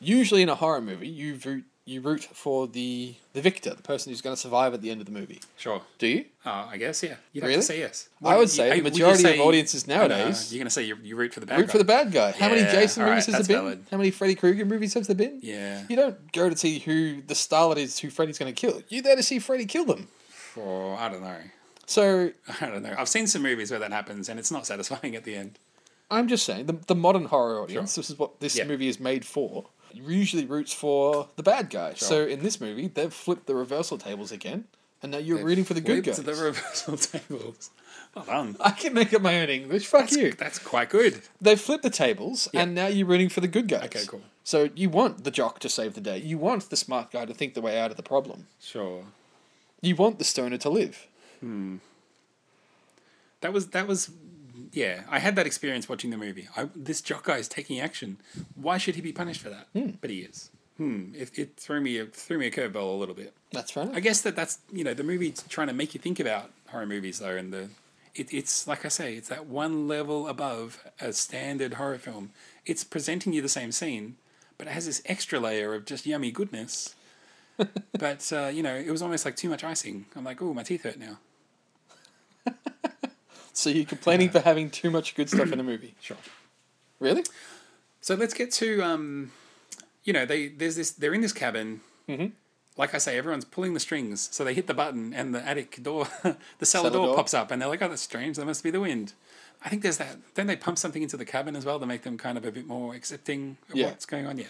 [SPEAKER 5] usually in a horror movie, you root, you root for the the victor, the person who's going to survive at the end of the movie.
[SPEAKER 6] Sure.
[SPEAKER 5] Do you?
[SPEAKER 6] Oh, I guess yeah. You'd
[SPEAKER 5] Really?
[SPEAKER 6] have to say yes.
[SPEAKER 5] I would say the
[SPEAKER 6] you
[SPEAKER 5] majority of audiences
[SPEAKER 6] No, no,
[SPEAKER 5] nowadays-
[SPEAKER 6] you're going to say you, you root for the bad
[SPEAKER 5] root
[SPEAKER 6] guy.
[SPEAKER 5] for the bad guy. How many
[SPEAKER 6] Yeah,
[SPEAKER 5] Jason
[SPEAKER 6] all
[SPEAKER 5] movies
[SPEAKER 6] right,
[SPEAKER 5] has
[SPEAKER 6] that's
[SPEAKER 5] there been?
[SPEAKER 6] valid.
[SPEAKER 5] How many Freddy Krueger movies has there been?
[SPEAKER 6] Yeah.
[SPEAKER 5] You don't go to see who the starlet is who Freddy's going to kill. You're there to see Freddy kill them.
[SPEAKER 6] For I don't know.
[SPEAKER 5] So
[SPEAKER 6] I don't know. I've seen some movies where that happens, and it's not satisfying at the end.
[SPEAKER 5] I'm just saying, the, the modern horror audience, this is what this
[SPEAKER 6] Yeah.
[SPEAKER 5] movie is made for, usually roots for the bad guy. So in this movie, they've flipped the reversal tables again, and now you're rooting for the good
[SPEAKER 6] Flipped
[SPEAKER 5] guys.
[SPEAKER 6] To the reversal tables. Well done.
[SPEAKER 5] I can make up my own English. Fuck you.
[SPEAKER 6] That's quite good.
[SPEAKER 5] They've flipped the tables, and now you're rooting for the good guys.
[SPEAKER 6] Okay, cool.
[SPEAKER 5] So you want the jock to save the day. You want the smart guy to think the way out of the problem.
[SPEAKER 6] Sure.
[SPEAKER 5] You want the stoner to live.
[SPEAKER 6] That was that was. Yeah, I had that
[SPEAKER 5] Hmm.
[SPEAKER 6] experience watching the movie. I, this jock guy is taking action. Why should he be punished for that? But he is. It, it threw me a, threw me a curveball a little bit.
[SPEAKER 5] That's fair enough.
[SPEAKER 6] I guess that that's you know the movie's trying to make you think about horror movies though, and the it, it's like I say, it's that one level above a standard horror film. It's presenting you the same scene, but it has this extra layer of just yummy goodness. but uh, you know, it was almost like too much icing. I'm like, oh, my teeth hurt now.
[SPEAKER 5] So you're complaining for having too much good stuff in a movie?
[SPEAKER 6] Sure.
[SPEAKER 5] Really?
[SPEAKER 6] So let's get to um, you know, they there's this they're in this cabin. Mm-hmm. Like I say, everyone's pulling the strings, so they hit the button, and the attic door, the
[SPEAKER 5] Cellar
[SPEAKER 6] cellar door,
[SPEAKER 5] door.
[SPEAKER 6] pops up, and they're like, "Oh, that's strange. That must be the wind." I think there's that. Then they pump something into the cabin as well to make them kind of a bit more accepting of
[SPEAKER 5] Yeah.
[SPEAKER 6] what's going on. Yeah,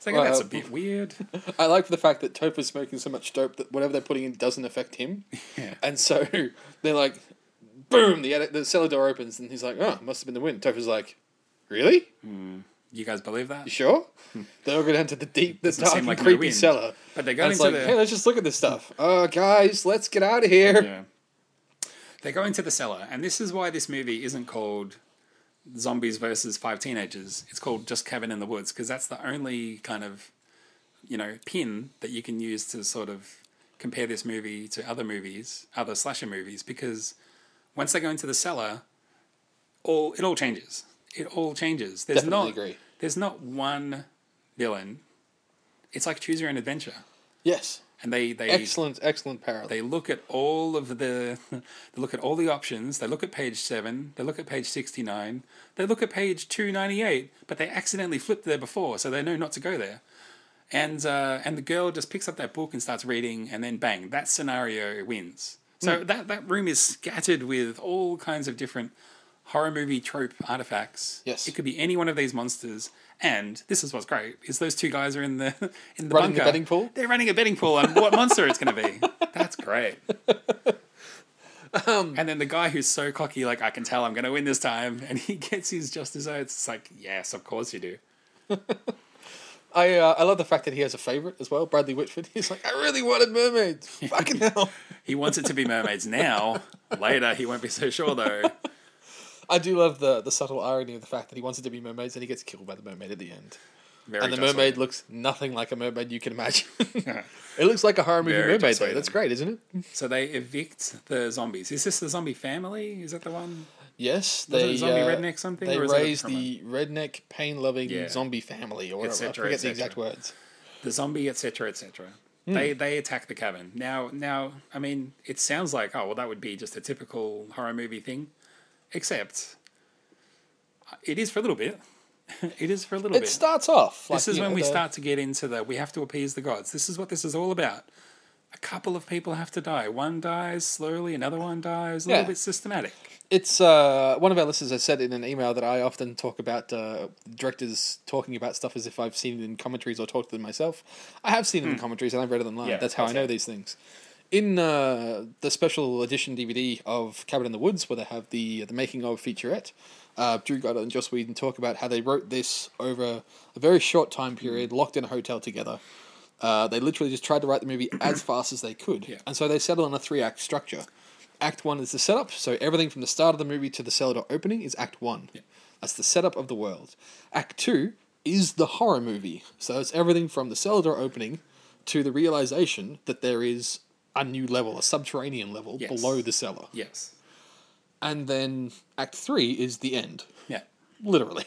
[SPEAKER 6] so I go,
[SPEAKER 5] Well,
[SPEAKER 6] that's a
[SPEAKER 5] uh,
[SPEAKER 6] bit weird.
[SPEAKER 5] I like the fact that Topher's smoking so much dope that whatever they're putting in doesn't affect him.
[SPEAKER 6] Yeah.
[SPEAKER 5] And so they're like, boom, the, attic, the cellar door opens, and he's like, oh, must have been the wind. Topher's like, really?
[SPEAKER 6] You guys believe that?
[SPEAKER 5] You sure? they all go down to the deep, the
[SPEAKER 6] Hmm. Doesn't
[SPEAKER 5] dark,
[SPEAKER 6] seem
[SPEAKER 5] and
[SPEAKER 6] like no
[SPEAKER 5] creepy
[SPEAKER 6] wind.
[SPEAKER 5] cellar.
[SPEAKER 6] But they go
[SPEAKER 5] And it's
[SPEAKER 6] into
[SPEAKER 5] like,
[SPEAKER 6] the
[SPEAKER 5] hey, let's just look at this stuff. Uh, guys, let's get out of here.
[SPEAKER 6] Yeah. They go into the cellar, and this is why this movie isn't called Zombies versus Five Teenagers. It's called Just Cabin in the Woods because that's the only kind of, you know, pin that you can use to sort of compare this movie to other movies, other slasher movies, because once they go into the cellar, all it all changes. It all changes. There's
[SPEAKER 5] Definitely
[SPEAKER 6] not
[SPEAKER 5] agree.
[SPEAKER 6] there's not one villain. It's like choose your own adventure,
[SPEAKER 5] Yes.
[SPEAKER 6] and they they
[SPEAKER 5] Excellent, excellent parallel.
[SPEAKER 6] they look at all of the they look at all the options they look at page 7 they look at page 69 they look at page 298 but they accidentally flipped there before so they know not to go there and uh, and the girl just picks up that book and starts reading and then bang that scenario wins so that that room is scattered with all kinds of different horror movie trope artifacts
[SPEAKER 5] Yes.
[SPEAKER 6] it could be any one of these monsters and this is what's great is those two guys are in the in the
[SPEAKER 5] Running the
[SPEAKER 6] bunker.
[SPEAKER 5] betting pool?
[SPEAKER 6] They're running a betting pool on what monster it's going to be. That's great.
[SPEAKER 5] Um,
[SPEAKER 6] and then the guy who's so cocky, like I can tell I'm going to win this time, and he gets his just desserts. It's like, yes, of course you do.
[SPEAKER 5] I uh, I love the fact that he has a favorite as well, Bradley Whitford. He's like, I really wanted mermaids. Fucking hell.
[SPEAKER 6] He wants it to be mermaids now. Later, he won't be so sure though.
[SPEAKER 5] I do love the the subtle irony of the fact that he wants it to be mermaids and he gets killed by the mermaid at the end.
[SPEAKER 6] Very
[SPEAKER 5] and the
[SPEAKER 6] docile.
[SPEAKER 5] mermaid looks nothing like a mermaid you can imagine. it looks like a horror movie
[SPEAKER 6] Very
[SPEAKER 5] mermaid though.
[SPEAKER 6] docile.
[SPEAKER 5] That's great, isn't it?
[SPEAKER 6] So they evict the zombies. Is this the zombie family? Is that the one?
[SPEAKER 5] Yes,
[SPEAKER 6] Was it
[SPEAKER 5] they
[SPEAKER 6] a zombie
[SPEAKER 5] uh,
[SPEAKER 6] redneck something,
[SPEAKER 5] They
[SPEAKER 6] or is that a
[SPEAKER 5] raise
[SPEAKER 6] different
[SPEAKER 5] the redneck pain loving
[SPEAKER 6] Yeah.
[SPEAKER 5] zombie family or
[SPEAKER 6] Et
[SPEAKER 5] whatever.
[SPEAKER 6] cetera,
[SPEAKER 5] I
[SPEAKER 6] et
[SPEAKER 5] forget the
[SPEAKER 6] cetera.
[SPEAKER 5] exact words.
[SPEAKER 6] the zombie, etc., etc.
[SPEAKER 5] Hmm.
[SPEAKER 6] They they attack the cabin. Now now I mean it sounds like oh well that would be just a typical horror movie thing, except uh, it is for a little bit. it is for a little
[SPEAKER 5] It
[SPEAKER 6] bit.
[SPEAKER 5] starts off. like,
[SPEAKER 6] this is
[SPEAKER 5] you
[SPEAKER 6] when
[SPEAKER 5] know,
[SPEAKER 6] we
[SPEAKER 5] the-
[SPEAKER 6] start to get into the we have to appease the gods. This is what this is all about. A couple of people have to die. One dies slowly, another one dies. A
[SPEAKER 5] Yeah.
[SPEAKER 6] little bit systematic.
[SPEAKER 5] It's uh, one of our listeners has said in an email that I often talk about uh, directors talking about stuff as if I've seen it in commentaries or talked to them myself. I have seen it in commentaries and I've read it online.
[SPEAKER 6] Hmm. Yeah,
[SPEAKER 5] that's how I
[SPEAKER 6] that's
[SPEAKER 5] know
[SPEAKER 6] it.
[SPEAKER 5] these things. In uh, the special edition DVD of Cabin in the Woods, where they have the the making of featurette, uh, Drew Goddard and Joss Whedon talk about how they wrote this over a very short time period, locked in a hotel together. Uh, they literally just tried to write the movie as fast as they could. And so they settled on a three act structure. Act one is the setup, so everything from the start of the movie to the cellar door opening is act one. That's the setup of the world. Act two is the horror movie. So it's everything from the cellar door opening to the realization that there is a new level, a subterranean level
[SPEAKER 6] Yes.
[SPEAKER 5] below the cellar.
[SPEAKER 6] Yes.
[SPEAKER 5] And then act three is the end.
[SPEAKER 6] Yeah.
[SPEAKER 5] Literally.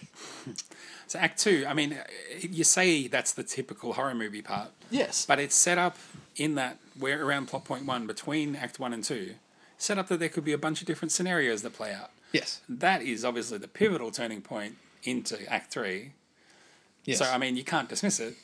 [SPEAKER 6] So Act Two. I mean, uh, you say that's the typical horror movie part.
[SPEAKER 5] Yes.
[SPEAKER 6] But it's set up in that we're around plot point one between Act One and Two, set up that there could be a bunch of different scenarios that play out.
[SPEAKER 5] yes.
[SPEAKER 6] That is obviously the pivotal turning point into Act Three.
[SPEAKER 5] Yes.
[SPEAKER 6] So I mean, you can't dismiss it.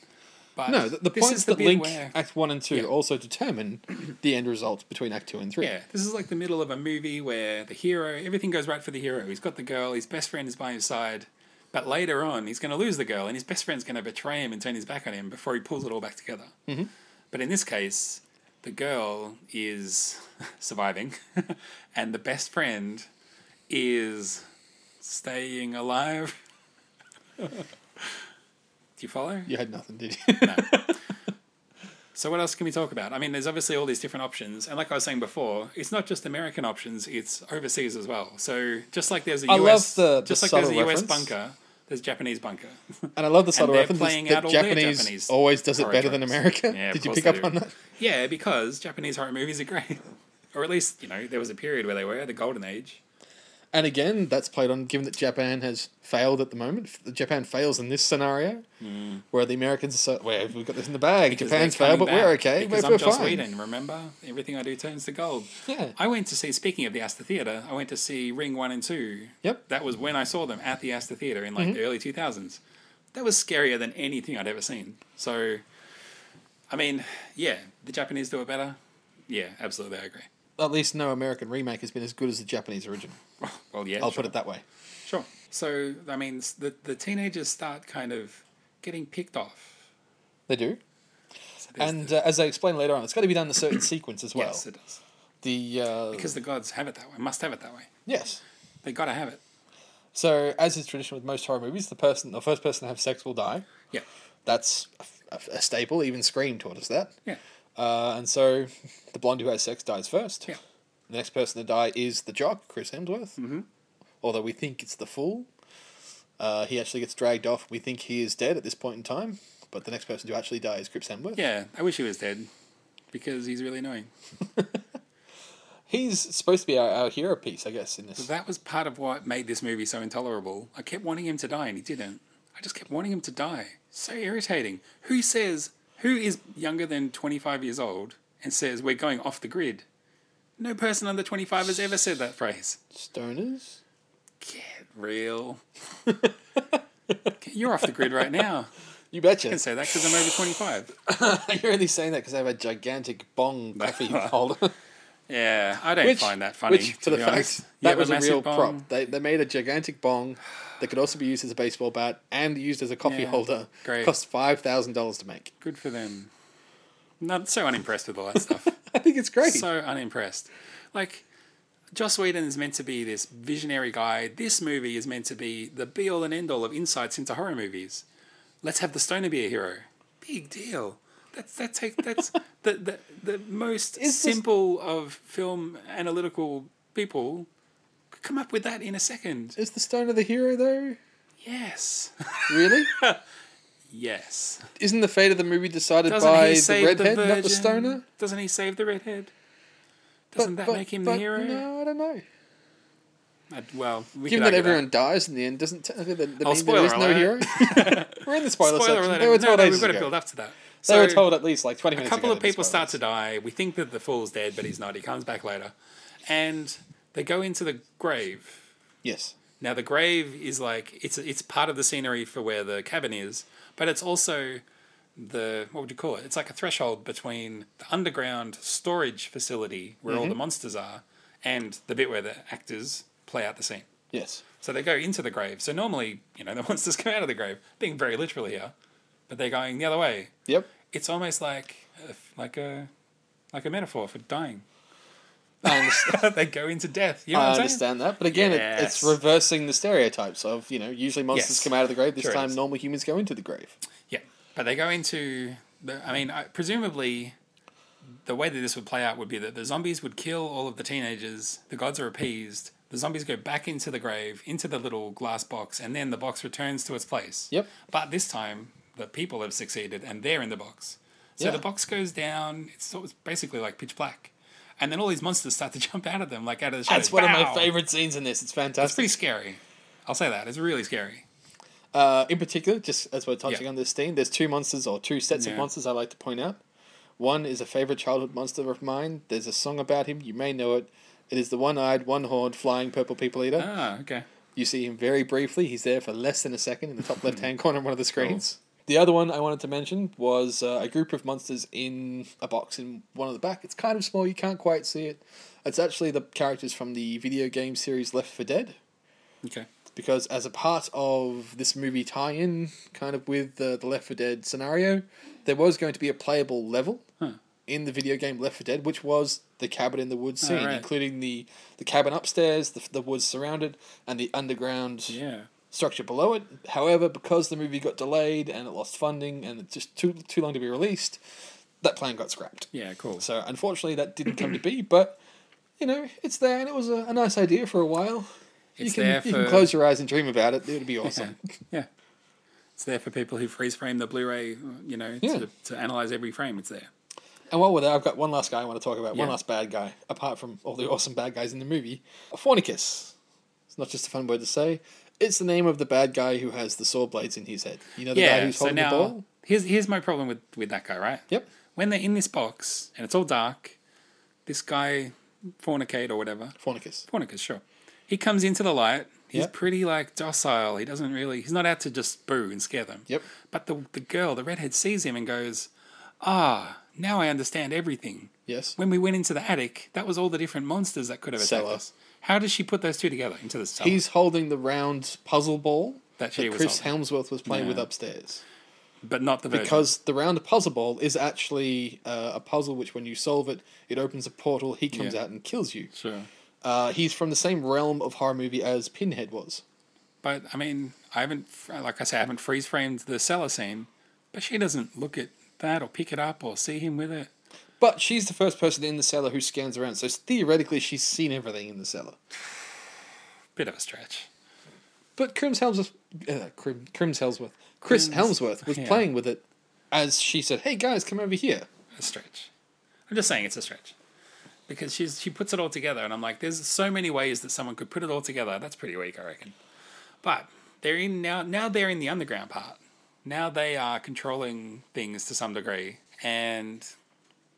[SPEAKER 6] But
[SPEAKER 5] No, the, the
[SPEAKER 6] this
[SPEAKER 5] points
[SPEAKER 6] is the
[SPEAKER 5] that
[SPEAKER 6] bit
[SPEAKER 5] link
[SPEAKER 6] where-
[SPEAKER 5] Act 1 and 2
[SPEAKER 6] Yeah.
[SPEAKER 5] also determine the end result between Act 2 and 3.
[SPEAKER 6] Yeah, this is like the middle of a movie where the hero, everything goes right for the hero. He's got the girl, his best friend is by his side, but later on he's going to lose the girl, and his best friend's going to betray him and turn his back on him before he pulls it all back together. Mm-hmm. But in this case, the girl is surviving, and the best friend is staying alive. Do you follow?
[SPEAKER 5] You had nothing, did you?
[SPEAKER 6] So what else can we talk about? I mean, there's obviously all these different options, and like I was saying before, it's not just American options; it's overseas as well. So just like there's a
[SPEAKER 5] I love
[SPEAKER 6] US,
[SPEAKER 5] the- the
[SPEAKER 6] just like there's a
[SPEAKER 5] subtle
[SPEAKER 6] US
[SPEAKER 5] reference.
[SPEAKER 6] bunker, There's Japanese bunker.
[SPEAKER 5] And I love the subtle
[SPEAKER 6] they're
[SPEAKER 5] references
[SPEAKER 6] playing
[SPEAKER 5] that
[SPEAKER 6] out all their
[SPEAKER 5] Japanese,
[SPEAKER 6] Japanese
[SPEAKER 5] always does it
[SPEAKER 6] horror
[SPEAKER 5] better than
[SPEAKER 6] tropes.
[SPEAKER 5] America.
[SPEAKER 6] Yeah, of
[SPEAKER 5] Did you
[SPEAKER 6] course
[SPEAKER 5] pick
[SPEAKER 6] they
[SPEAKER 5] up
[SPEAKER 6] do.
[SPEAKER 5] on that?
[SPEAKER 6] yeah, because Japanese horror movies are great, or at least you know there was a period where they were the golden age.
[SPEAKER 5] And again, that's played on given that Japan has failed at the moment. If Japan fails in this scenario, where the Americans are so, well, we've got this in the bag.
[SPEAKER 6] Mm. Because
[SPEAKER 5] Japan's
[SPEAKER 6] they're
[SPEAKER 5] failed,
[SPEAKER 6] coming
[SPEAKER 5] but
[SPEAKER 6] back,
[SPEAKER 5] we're okay.
[SPEAKER 6] Because
[SPEAKER 5] We're,
[SPEAKER 6] I'm
[SPEAKER 5] we're
[SPEAKER 6] Joss
[SPEAKER 5] fine.
[SPEAKER 6] Whedon, remember? Everything I do turns to gold.
[SPEAKER 5] Yeah.
[SPEAKER 6] I went to see, speaking of the Astor Theatre, I went to see Ring 1 and 2.
[SPEAKER 5] Yep.
[SPEAKER 6] That was when I saw them at the Astor Theatre in like
[SPEAKER 5] Mm-hmm.
[SPEAKER 6] the early 2000s. That was scarier than anything I'd ever seen. So, I mean, yeah, the Japanese do it better. Yeah, absolutely, I agree.
[SPEAKER 5] At least no American remake has been as good as the Japanese original.
[SPEAKER 6] Well, yeah,
[SPEAKER 5] I'll
[SPEAKER 6] sure.
[SPEAKER 5] put it that way.
[SPEAKER 6] Sure. So, I mean, s- the, the teenagers start kind of getting picked off.
[SPEAKER 5] They do.
[SPEAKER 6] So there's
[SPEAKER 5] And
[SPEAKER 6] the-
[SPEAKER 5] uh, as I explain later on, it's got to be done in a certain sequence as well.
[SPEAKER 6] yes, it does.
[SPEAKER 5] the uh,
[SPEAKER 6] Because the gods have it that way, must have it that way.
[SPEAKER 5] yes.
[SPEAKER 6] They gotta have it.
[SPEAKER 5] So as is tradition with most horror movies, the person, the first person to have sex will die.
[SPEAKER 6] Yeah.
[SPEAKER 5] That's a, a- a staple. Even Scream taught us that.
[SPEAKER 6] Yeah.
[SPEAKER 5] Uh, and so the blonde who has sex dies first.
[SPEAKER 6] Yeah.
[SPEAKER 5] The next person to die is the jock, Chris Hemsworth. Mm-hmm. Although we think it's the fool. Uh, he actually gets dragged off. We think he is dead at this point in time. But the next person to actually die is Chris Hemsworth.
[SPEAKER 6] Yeah, I wish he was dead because he's really annoying.
[SPEAKER 5] He's supposed to be our, our hero piece, I guess, in this.
[SPEAKER 6] That was part of what made this movie so intolerable. I kept wanting him to die and he didn't. I just kept wanting him to die. So irritating. Who says, who is younger than 25 years old and says, we're going off the grid? No person under 25 has ever said that phrase.
[SPEAKER 5] Stoners?
[SPEAKER 6] Get real. You're off the grid right now.
[SPEAKER 5] You betcha.
[SPEAKER 6] I can say that because I'm over 25.
[SPEAKER 5] You're only saying that because I have a gigantic bong coffee holder.
[SPEAKER 6] Yeah, I don't find that funny.
[SPEAKER 5] Which, to the
[SPEAKER 6] be
[SPEAKER 5] fact,
[SPEAKER 6] honest.
[SPEAKER 5] that
[SPEAKER 6] Yeah,
[SPEAKER 5] was a
[SPEAKER 6] massive
[SPEAKER 5] real
[SPEAKER 6] bong.
[SPEAKER 5] prop. They, they made a gigantic bong that could also be used as a baseball bat and used as a coffee
[SPEAKER 6] Yeah,
[SPEAKER 5] holder.
[SPEAKER 6] great.
[SPEAKER 5] Cost $5,000 to make.
[SPEAKER 6] Good for them. Not so unimpressed with all that stuff.
[SPEAKER 5] I think it's great.
[SPEAKER 6] so unimpressed. Like, Joss Whedon is meant to be this visionary guy. This movie is meant to be the be all and end all of insights into horror movies. Let's have the stoner be a hero. Big deal. That's that take that's the, the the most
[SPEAKER 5] It's just-
[SPEAKER 6] simple of film analytical people could come up with that in a second.
[SPEAKER 5] Is the stoner the hero, though?
[SPEAKER 6] Yes.
[SPEAKER 5] Really?
[SPEAKER 6] Yes.
[SPEAKER 5] Isn't the fate of the movie decided
[SPEAKER 6] Doesn't
[SPEAKER 5] by
[SPEAKER 6] he
[SPEAKER 5] the
[SPEAKER 6] save
[SPEAKER 5] redhead,
[SPEAKER 6] the
[SPEAKER 5] not the
[SPEAKER 6] virgin?
[SPEAKER 5] stoner?
[SPEAKER 6] Doesn't he save the redhead?
[SPEAKER 5] But-
[SPEAKER 6] Doesn't that
[SPEAKER 5] but-
[SPEAKER 6] make him
[SPEAKER 5] but
[SPEAKER 6] the hero?
[SPEAKER 5] No, I don't know.
[SPEAKER 6] I- well, we
[SPEAKER 5] Given
[SPEAKER 6] could
[SPEAKER 5] that
[SPEAKER 6] argue
[SPEAKER 5] everyone dies in the end, doesn't technically that, that
[SPEAKER 6] Oh,
[SPEAKER 5] mean there is
[SPEAKER 6] spoiler
[SPEAKER 5] no hero?
[SPEAKER 6] alert.
[SPEAKER 5] We're in the spoiler,
[SPEAKER 6] spoiler
[SPEAKER 5] section.
[SPEAKER 6] alert.
[SPEAKER 5] They were
[SPEAKER 6] no,
[SPEAKER 5] told
[SPEAKER 6] no,
[SPEAKER 5] ages
[SPEAKER 6] we've got to
[SPEAKER 5] ago.
[SPEAKER 6] build up to that.
[SPEAKER 5] They were
[SPEAKER 6] So,
[SPEAKER 5] told at least like 20
[SPEAKER 6] a
[SPEAKER 5] minutes
[SPEAKER 6] couple
[SPEAKER 5] ago
[SPEAKER 6] of
[SPEAKER 5] that it's
[SPEAKER 6] people
[SPEAKER 5] spoilers.
[SPEAKER 6] start to die. We think that the fool's dead, but he's not. He comes back later, and they go into the grave.
[SPEAKER 5] Yes.
[SPEAKER 6] Now the grave is like it's it's part of the scenery for where the cabin is, but it's also the what would you call it? It's like a threshold between the underground storage facility where
[SPEAKER 5] Mm-hmm.
[SPEAKER 6] all the monsters are and the bit where the actors play out the scene.
[SPEAKER 5] Yes.
[SPEAKER 6] So they go into the grave. So normally, you know, the monsters come out of the grave, being very literal here, but they're going the other way.
[SPEAKER 5] Yep.
[SPEAKER 6] It's almost like a, like a like a metaphor for dying.
[SPEAKER 5] I understand.
[SPEAKER 6] they go into death. You know
[SPEAKER 5] I
[SPEAKER 6] what I'm saying?
[SPEAKER 5] understand that, but again, it,
[SPEAKER 6] Yes.
[SPEAKER 5] it's reversing the stereotypes of you know usually monsters
[SPEAKER 6] Yes.
[SPEAKER 5] come out of the grave. This
[SPEAKER 6] Sure it
[SPEAKER 5] time,
[SPEAKER 6] is.
[SPEAKER 5] normal humans go into the grave.
[SPEAKER 6] Yeah, but they go into the. I mean, I, presumably, the way that this would play out would be that the zombies would kill all of the teenagers. The gods are appeased. The zombies go back into the grave, into the little glass box, and then the box returns to its place.
[SPEAKER 5] Yep.
[SPEAKER 6] But this time, the people have succeeded, and they're in the box. So
[SPEAKER 5] Yeah.
[SPEAKER 6] the box goes down. It's sort of basically like pitch black, and then all these monsters start to jump out of them, like out of the shadows.
[SPEAKER 5] That's one of my
[SPEAKER 6] Bow!
[SPEAKER 5] favorite scenes in this. It's
[SPEAKER 6] It's pretty
[SPEAKER 5] fantastic.
[SPEAKER 6] scary. I'll say that. It's really scary.
[SPEAKER 5] Uh, in particular, just as we're touching
[SPEAKER 6] Yeah.
[SPEAKER 5] on this theme, there's two monsters or two sets of
[SPEAKER 6] Yeah.
[SPEAKER 5] monsters I like to point out. One is a favorite childhood monster of mine. There's a song about him. You may know it. It is the one-eyed, one-horned, flying purple people eater.
[SPEAKER 6] Ah, okay.
[SPEAKER 5] You see him very briefly. He's there for less than a second in the top left hand corner of one of the screens. The other one I wanted to mention was uh, a group of monsters in a box in one of the back. It's kind of small, you can't quite see it. It's actually the characters from the video game series Left for Dead,
[SPEAKER 6] Okay.
[SPEAKER 5] because as a part of this movie tie in, kind of with the, the Left for Dead scenario, there was going to be a playable level in the video game Left for Dead, which was the cabin in the woods scene,
[SPEAKER 6] right.
[SPEAKER 5] including the, the cabin upstairs, the, the woods surrounded, and the underground
[SPEAKER 6] Yeah.
[SPEAKER 5] structure below it. However, because the movie got delayed and it lost funding and it's just too too long to be released, that plan got scrapped.
[SPEAKER 6] Yeah. Cool.
[SPEAKER 5] So unfortunately, that didn't come to be. But you know, it's there and it was a, a nice idea for a while. You
[SPEAKER 6] It's
[SPEAKER 5] can,
[SPEAKER 6] there
[SPEAKER 5] you can
[SPEAKER 6] for-
[SPEAKER 5] close your eyes and dream about it. It would be awesome.
[SPEAKER 6] Yeah. It's there for people who freeze frame the Blu-ray, you know,
[SPEAKER 5] Yeah.
[SPEAKER 6] to, to analyze every frame. It's there.
[SPEAKER 5] And while we're there, I've got one last guy I want to talk about. One
[SPEAKER 6] Yeah.
[SPEAKER 5] last bad guy, apart from all the awesome bad guys in the movie. Fornicus. It's not just a fun word to say. It's the name of the bad guy who has the saw blades in his head. You know the guy
[SPEAKER 6] Yeah.
[SPEAKER 5] who's
[SPEAKER 6] So
[SPEAKER 5] holding the
[SPEAKER 6] now
[SPEAKER 5] ball.
[SPEAKER 6] here's here's my problem with with that guy, right?
[SPEAKER 5] Yep.
[SPEAKER 6] When they're in this box and it's all dark, this guy fornicate or whatever
[SPEAKER 5] Fornicus.
[SPEAKER 6] Fornicus, sure. He comes into the light. He's
[SPEAKER 5] Yeah.
[SPEAKER 6] pretty like docile. He doesn't really. He's not out to just boo and scare them.
[SPEAKER 5] Yep.
[SPEAKER 6] But the the girl, the redhead, sees him and goes, "Ah, now I understand everything.
[SPEAKER 5] Yes.
[SPEAKER 6] When we went into the attic, that was all the different monsters that could have attacked
[SPEAKER 5] Cellar.
[SPEAKER 6] us. How does she put those two together into the cellar?
[SPEAKER 5] He's holding the round puzzle ball that,
[SPEAKER 6] That she Oh. was
[SPEAKER 5] Chris
[SPEAKER 6] holding.
[SPEAKER 5] Helmsworth was playing with
[SPEAKER 6] Yeah.
[SPEAKER 5] upstairs.
[SPEAKER 6] but not the virgin.
[SPEAKER 5] Because the round puzzle ball is actually uh, a puzzle which, when you solve it, it opens a portal. He comes
[SPEAKER 6] Yeah.
[SPEAKER 5] out and kills you.
[SPEAKER 6] sure.
[SPEAKER 5] Uh, he's from the same realm of horror movie as Pinhead was.
[SPEAKER 6] But I mean, I haven't like I said, I haven't freeze framed the cellar scene. But she doesn't look at that or pick it up or see him with it.
[SPEAKER 5] But she's the first person in the cellar who scans around, so theoretically she's seen everything in the cellar.
[SPEAKER 6] Bit of a stretch.
[SPEAKER 5] But Crims Helmsworth, uh, Crim, Crims Helmsworth, Chris
[SPEAKER 6] Crims-
[SPEAKER 5] Helmsworth was
[SPEAKER 6] yeah.
[SPEAKER 5] playing with it as she said, "Hey guys, come over here."
[SPEAKER 6] a stretch. I'm just saying it's a stretch because she's she puts it all together, and I'm like, there's so many ways that someone could put it all together. That's pretty weak, I reckon. But they're in now. Now they're in the underground part. Now they are controlling things to some degree, and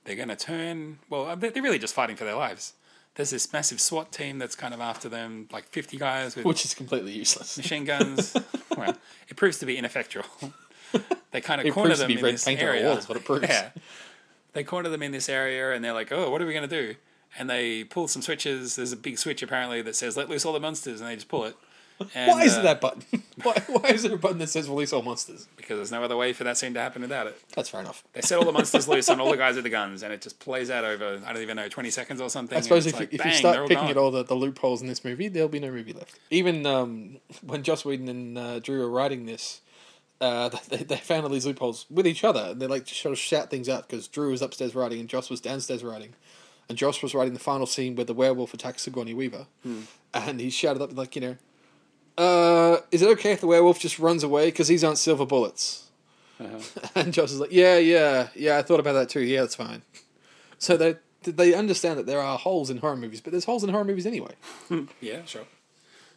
[SPEAKER 6] they're going to turn. Well, they're they're really just fighting for their lives. There's this massive SWAT team that's kind of after them, like 50 guys with
[SPEAKER 5] Which is completely useless.
[SPEAKER 6] machine guns. well, it proves to be ineffectual. they kind of
[SPEAKER 5] It
[SPEAKER 6] corner
[SPEAKER 5] proves to
[SPEAKER 6] them
[SPEAKER 5] be
[SPEAKER 6] in
[SPEAKER 5] red
[SPEAKER 6] this
[SPEAKER 5] paint on a
[SPEAKER 6] area.
[SPEAKER 5] wall is what it proves.
[SPEAKER 6] Yeah, they corner them in this area, and they're like, "Oh, what are we going to do?" And they pull some switches. There's a big switch apparently that says "Let loose all the monsters," and they just pull it. And,
[SPEAKER 5] why is
[SPEAKER 6] uh,
[SPEAKER 5] there that button? why, why is there a button that says "Release all monsters"?
[SPEAKER 6] Because there's no other way for that scene to happen without it.
[SPEAKER 5] That's fair enough.
[SPEAKER 6] They set all the monsters loose on all the guys with the guns, and it just plays out over I don't even know twenty seconds or something.
[SPEAKER 5] I suppose if,
[SPEAKER 6] and it's
[SPEAKER 5] you, if
[SPEAKER 6] like,
[SPEAKER 5] you
[SPEAKER 6] bang,
[SPEAKER 5] start
[SPEAKER 6] they're
[SPEAKER 5] picking
[SPEAKER 6] gone.
[SPEAKER 5] at all the, the loopholes in this movie, there'll be no movie left. Even um, when Joss Whedon and uh, Drew were writing this, uh, they, they found all these loopholes with each other, and they like to sort of shout things out because Drew was upstairs writing and Joss was downstairs writing, and Joss was writing the final scene where the werewolf attacks Sigourney Weaver,
[SPEAKER 6] Hmm.
[SPEAKER 5] and he shouted up like, you know, uh, is it okay if the werewolf just runs away because these aren't silver bullets?
[SPEAKER 6] Uh-huh.
[SPEAKER 5] and Joss is like, yeah, yeah, yeah, I thought about that too. Yeah, that's fine. So they they understand that there are holes in horror movies, but there's holes in horror movies anyway.
[SPEAKER 6] yeah, sure.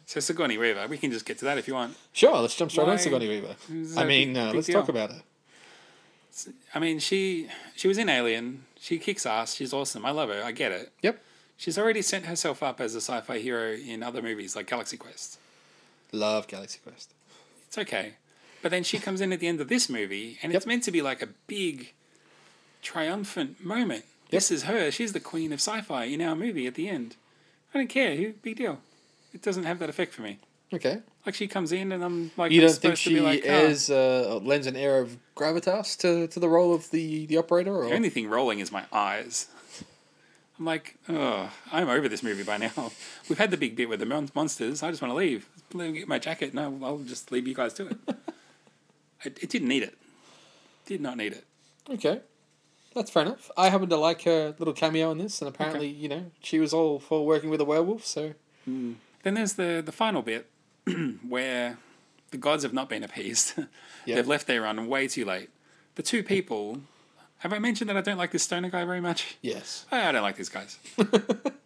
[SPEAKER 6] So Sigourney Weaver, we can just get to that if you want.
[SPEAKER 5] Sure, let's jump straight
[SPEAKER 6] Why
[SPEAKER 5] on Sigourney Weaver.
[SPEAKER 6] is that
[SPEAKER 5] I
[SPEAKER 6] a
[SPEAKER 5] mean,
[SPEAKER 6] big-
[SPEAKER 5] uh,
[SPEAKER 6] big
[SPEAKER 5] let's
[SPEAKER 6] deal?
[SPEAKER 5] talk about her.
[SPEAKER 6] I mean, she she was in Alien. She kicks ass. She's awesome. I love her. I get it.
[SPEAKER 5] Yep,
[SPEAKER 6] She's already sent herself up as a sci-fi hero in other movies like Galaxy Quest.
[SPEAKER 5] love Galaxy Quest.
[SPEAKER 6] It's okay. But then she comes in at the end of this movie and it's
[SPEAKER 5] Yep.
[SPEAKER 6] meant to be like a big triumphant moment. This is her. She's the queen of sci-fi in our movie at the end. I don't care. Who big deal. It doesn't have that effect for me.
[SPEAKER 5] Okay,
[SPEAKER 6] Like she comes in and I'm like
[SPEAKER 5] you
[SPEAKER 6] I'm
[SPEAKER 5] don't think
[SPEAKER 6] supposed to be
[SPEAKER 5] she
[SPEAKER 6] like, "Ah."
[SPEAKER 5] airs, uh, or lends an air of gravitas to, to the role of the, the operator? Or
[SPEAKER 6] The only thing rolling is my eyes. I'm like, oh, I'm over this movie by now. We've had the big bit with the mon- monsters. I just want to leave. Let me get my jacket and I'll, I'll just leave you guys to it. it. It didn't need it. Did not need it.
[SPEAKER 5] okay, that's fair enough. I happen to like her little cameo in this, and apparently, you know, she was all for working with a werewolf. So
[SPEAKER 6] Then there's the, the final bit where the gods have not been appeased.
[SPEAKER 5] Yeah.
[SPEAKER 6] They've left their run way too late. The two people. Have I mentioned that I don't like this stoner guy very much?
[SPEAKER 5] yes,
[SPEAKER 6] I I don't like these guys.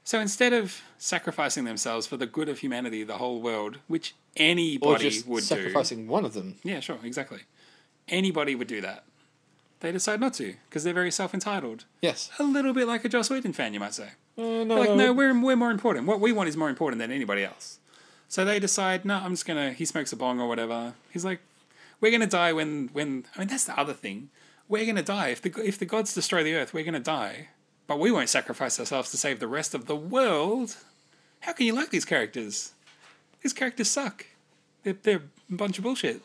[SPEAKER 6] so instead of sacrificing themselves for the good of humanity, the whole world, which
[SPEAKER 5] or
[SPEAKER 6] anybody
[SPEAKER 5] just
[SPEAKER 6] would
[SPEAKER 5] sacrificing one of them.
[SPEAKER 6] do. Yeah, sure, exactly. Anybody would do that. They decide not to because they're very self entitled.
[SPEAKER 5] Yes,
[SPEAKER 6] A little bit like a Joss Whedon fan, you might say.
[SPEAKER 5] uh, no,
[SPEAKER 6] They're like,
[SPEAKER 5] no,
[SPEAKER 6] no, we're, we're more important. What we want is more important than anybody else. So they decide, no, I'm just going to. He smokes a bong or whatever. He's like, we're going to die when, when. I mean, that's the other thing. We're going to die. If the, if the gods destroy the earth, we're going to die. But we won't sacrifice ourselves to save the rest of the world. How can you like these characters? These characters suck. They're, they're a bunch of bullshit.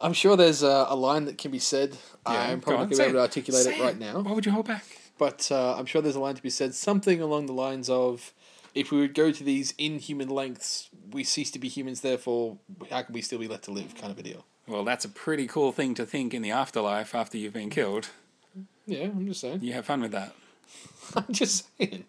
[SPEAKER 5] I'm sure there's a, a line that can be said.
[SPEAKER 6] Yeah,
[SPEAKER 5] I'm probably
[SPEAKER 6] go on,
[SPEAKER 5] not going to
[SPEAKER 6] say
[SPEAKER 5] be able to
[SPEAKER 6] it.
[SPEAKER 5] articulate
[SPEAKER 6] Say
[SPEAKER 5] it right
[SPEAKER 6] it.
[SPEAKER 5] now,
[SPEAKER 6] Why would you hold back?
[SPEAKER 5] but uh, I'm sure there's a line to be said. Something along the lines of, "If we would go to these inhuman lengths, we cease to be humans. Therefore, how can we still be left to live?" Kind of a deal.
[SPEAKER 6] Well, that's a pretty cool thing to think in the afterlife after you've been killed.
[SPEAKER 5] Yeah, I'm just saying.
[SPEAKER 6] You have fun with that.
[SPEAKER 5] I'm just saying.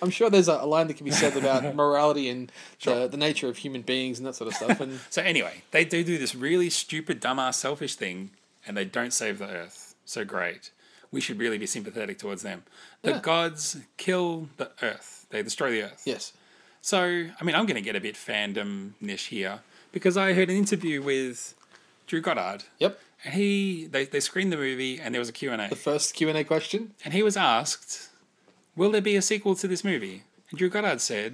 [SPEAKER 5] I'm sure there's a, a line that can be said about morality and uh, the, the nature of human beings and that sort of stuff. And
[SPEAKER 6] So anyway, they do do this really stupid, dumbass, selfish thing, and they don't save the Earth. So great. We should really be sympathetic towards them. The
[SPEAKER 5] Yeah.
[SPEAKER 6] gods kill the Earth. They destroy the Earth.
[SPEAKER 5] yes,
[SPEAKER 6] So I mean, I'm going to get a bit fandom niche here because I heard an interview with Drew Goddard.
[SPEAKER 5] yep.
[SPEAKER 6] And he they they screened the movie and there was a Q and A,
[SPEAKER 5] The first Q and A question:
[SPEAKER 6] and he was asked, "Will there be a sequel to this movie?" And Drew Goddard said,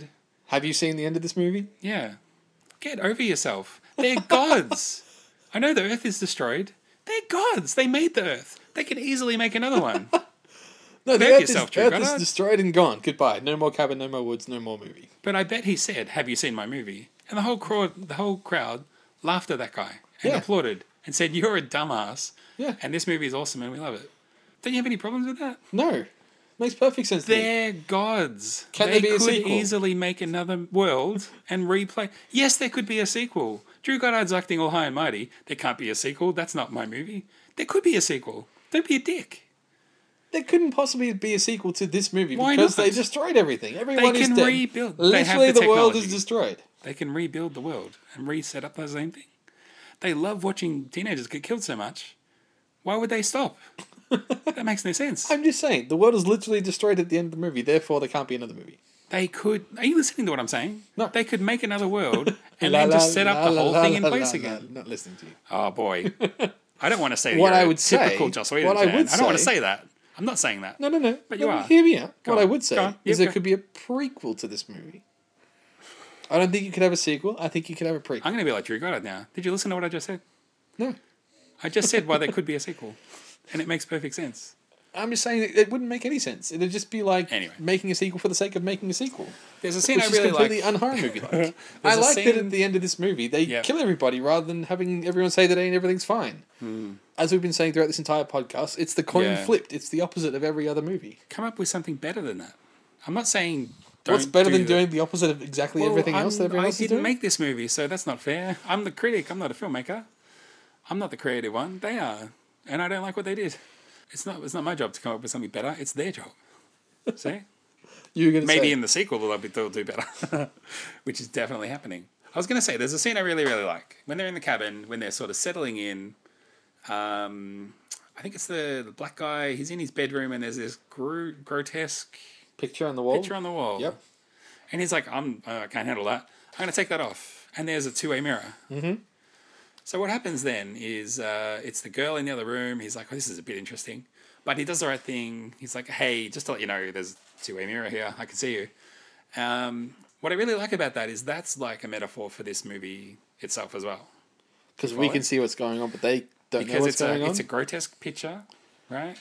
[SPEAKER 5] Have you seen the end of this movie?
[SPEAKER 6] Yeah. Get over yourself. They're gods. I know the earth is destroyed. They're gods. They made the earth. They could easily make another one.
[SPEAKER 5] No, the
[SPEAKER 6] Thank
[SPEAKER 5] Earth,
[SPEAKER 6] yourself,
[SPEAKER 5] is,
[SPEAKER 6] Drew
[SPEAKER 5] Earth is
[SPEAKER 6] Goddard.
[SPEAKER 5] destroyed and gone. Goodbye. No more cabin, no more woods, no more movie.
[SPEAKER 6] But I bet he said, "Have you seen my movie?" And the whole crowd, the whole crowd laughed at that guy and
[SPEAKER 5] Yeah.
[SPEAKER 6] applauded and said, "You're a dumbass."
[SPEAKER 5] Yeah.
[SPEAKER 6] And this movie is awesome and we love it. Don't you have any problems with that?
[SPEAKER 5] No, makes perfect sense. to me.
[SPEAKER 6] They're gods.
[SPEAKER 5] Can
[SPEAKER 6] they
[SPEAKER 5] there be a
[SPEAKER 6] could
[SPEAKER 5] sequel?
[SPEAKER 6] easily make another world and replay. Yes, there could be a sequel. Drew Goddard's acting all high and mighty. There can't be a sequel. That's not my movie. There could be a sequel. Don't be a dick.
[SPEAKER 5] There couldn't possibly be a sequel to this movie
[SPEAKER 6] Why
[SPEAKER 5] because
[SPEAKER 6] not?
[SPEAKER 5] they destroyed everything. Everyone is
[SPEAKER 6] can
[SPEAKER 5] dead.
[SPEAKER 6] rebuild. They have
[SPEAKER 5] Literally,
[SPEAKER 6] the
[SPEAKER 5] the, world is
[SPEAKER 6] technology.
[SPEAKER 5] destroyed.
[SPEAKER 6] They can rebuild the world and reset up the same thing. They love watching teenagers get killed so much. Why would they stop? that makes no sense.
[SPEAKER 5] I'm just saying, the world is literally destroyed at the end of the movie. Therefore, there can't be another movie.
[SPEAKER 6] They could. Are you listening to what I'm saying?
[SPEAKER 5] No.
[SPEAKER 6] They could make another world and
[SPEAKER 5] La,
[SPEAKER 6] then just
[SPEAKER 5] la,
[SPEAKER 6] set up
[SPEAKER 5] la,
[SPEAKER 6] the
[SPEAKER 5] la,
[SPEAKER 6] whole
[SPEAKER 5] la,
[SPEAKER 6] thing in
[SPEAKER 5] la,
[SPEAKER 6] place
[SPEAKER 5] la,
[SPEAKER 6] again.
[SPEAKER 5] la. Not listening to you.
[SPEAKER 6] Oh boy, I don't want to say that
[SPEAKER 5] What
[SPEAKER 6] you're
[SPEAKER 5] I
[SPEAKER 6] a
[SPEAKER 5] would say-
[SPEAKER 6] typical Joss Whedon
[SPEAKER 5] what I
[SPEAKER 6] fan.
[SPEAKER 5] would
[SPEAKER 6] I don't want to
[SPEAKER 5] say-
[SPEAKER 6] say that. I'm not saying that.
[SPEAKER 5] No, no, no.
[SPEAKER 6] But you
[SPEAKER 5] No,
[SPEAKER 6] are.
[SPEAKER 5] Hear me out.
[SPEAKER 6] Go
[SPEAKER 5] what I
[SPEAKER 6] on.
[SPEAKER 5] would say
[SPEAKER 6] Go on.
[SPEAKER 5] is
[SPEAKER 6] Yeah,
[SPEAKER 5] there
[SPEAKER 6] go-
[SPEAKER 5] could be a prequel to this movie. I don't think you could have a sequel. I think you could have a prequel.
[SPEAKER 6] I'm going to be like Drew Goddard now. Did you listen to what I just said?
[SPEAKER 5] No.
[SPEAKER 6] I just said why there could be a sequel, and it makes perfect sense.
[SPEAKER 5] I'm just saying it, it wouldn't make any sense. It'd just be like
[SPEAKER 6] Anyway.
[SPEAKER 5] making a sequel for the sake of making a sequel.
[SPEAKER 6] There's a scene
[SPEAKER 5] Which
[SPEAKER 6] I
[SPEAKER 5] is
[SPEAKER 6] really
[SPEAKER 5] completely
[SPEAKER 6] like.
[SPEAKER 5] unhorror movie like. I
[SPEAKER 6] There's a
[SPEAKER 5] like that
[SPEAKER 6] scene-
[SPEAKER 5] at the end of this movie they
[SPEAKER 6] Yeah.
[SPEAKER 5] kill everybody rather than having everyone say that ain't everything's fine. As we've been saying throughout this entire podcast, it's the coin
[SPEAKER 6] Hmm. Yeah.
[SPEAKER 5] flipped. It's the opposite of every other movie.
[SPEAKER 6] Come up with something better than that. I'm not saying. Don't
[SPEAKER 5] What's better
[SPEAKER 6] do
[SPEAKER 5] than
[SPEAKER 6] that.
[SPEAKER 5] doing the opposite of exactly
[SPEAKER 6] Well,
[SPEAKER 5] everything
[SPEAKER 6] I'm-
[SPEAKER 5] else that everyone
[SPEAKER 6] I
[SPEAKER 5] else is
[SPEAKER 6] didn't
[SPEAKER 5] doing?
[SPEAKER 6] make this movie, so that's not fair. I'm the critic. I'm not a filmmaker. I'm not the creative one. They are, and I don't like what they did. It's not. It's not my job to come up with something better. It's their job. See.
[SPEAKER 5] you were going to
[SPEAKER 6] Maybe
[SPEAKER 5] say
[SPEAKER 6] in the sequel they'll, be, they'll do better, which is definitely happening. I was going to say there's a scene I really really like when they're in the cabin when they're sort of settling in. Um, I think it's the, the black guy. He's in his bedroom and there's this gro- grotesque
[SPEAKER 5] picture on the wall.
[SPEAKER 6] picture on the wall.
[SPEAKER 5] Yep.
[SPEAKER 6] And he's like, I'm uh, I can't handle that. I'm going to take that off. And there's a two way mirror. Mm-hmm. So what happens then is uh, it's the girl in the other room. He's like, oh, this is a bit interesting. But he does the right thing. He's like, hey, just to let you know, there's a two way mirror here. I can see you. Um, what I really like about that is that's like a metaphor for this movie itself as well.
[SPEAKER 5] Because we can see what's going on, but they don't know
[SPEAKER 6] Because
[SPEAKER 5] what's
[SPEAKER 6] it's a,
[SPEAKER 5] going on.
[SPEAKER 6] it's a grotesque picture, right?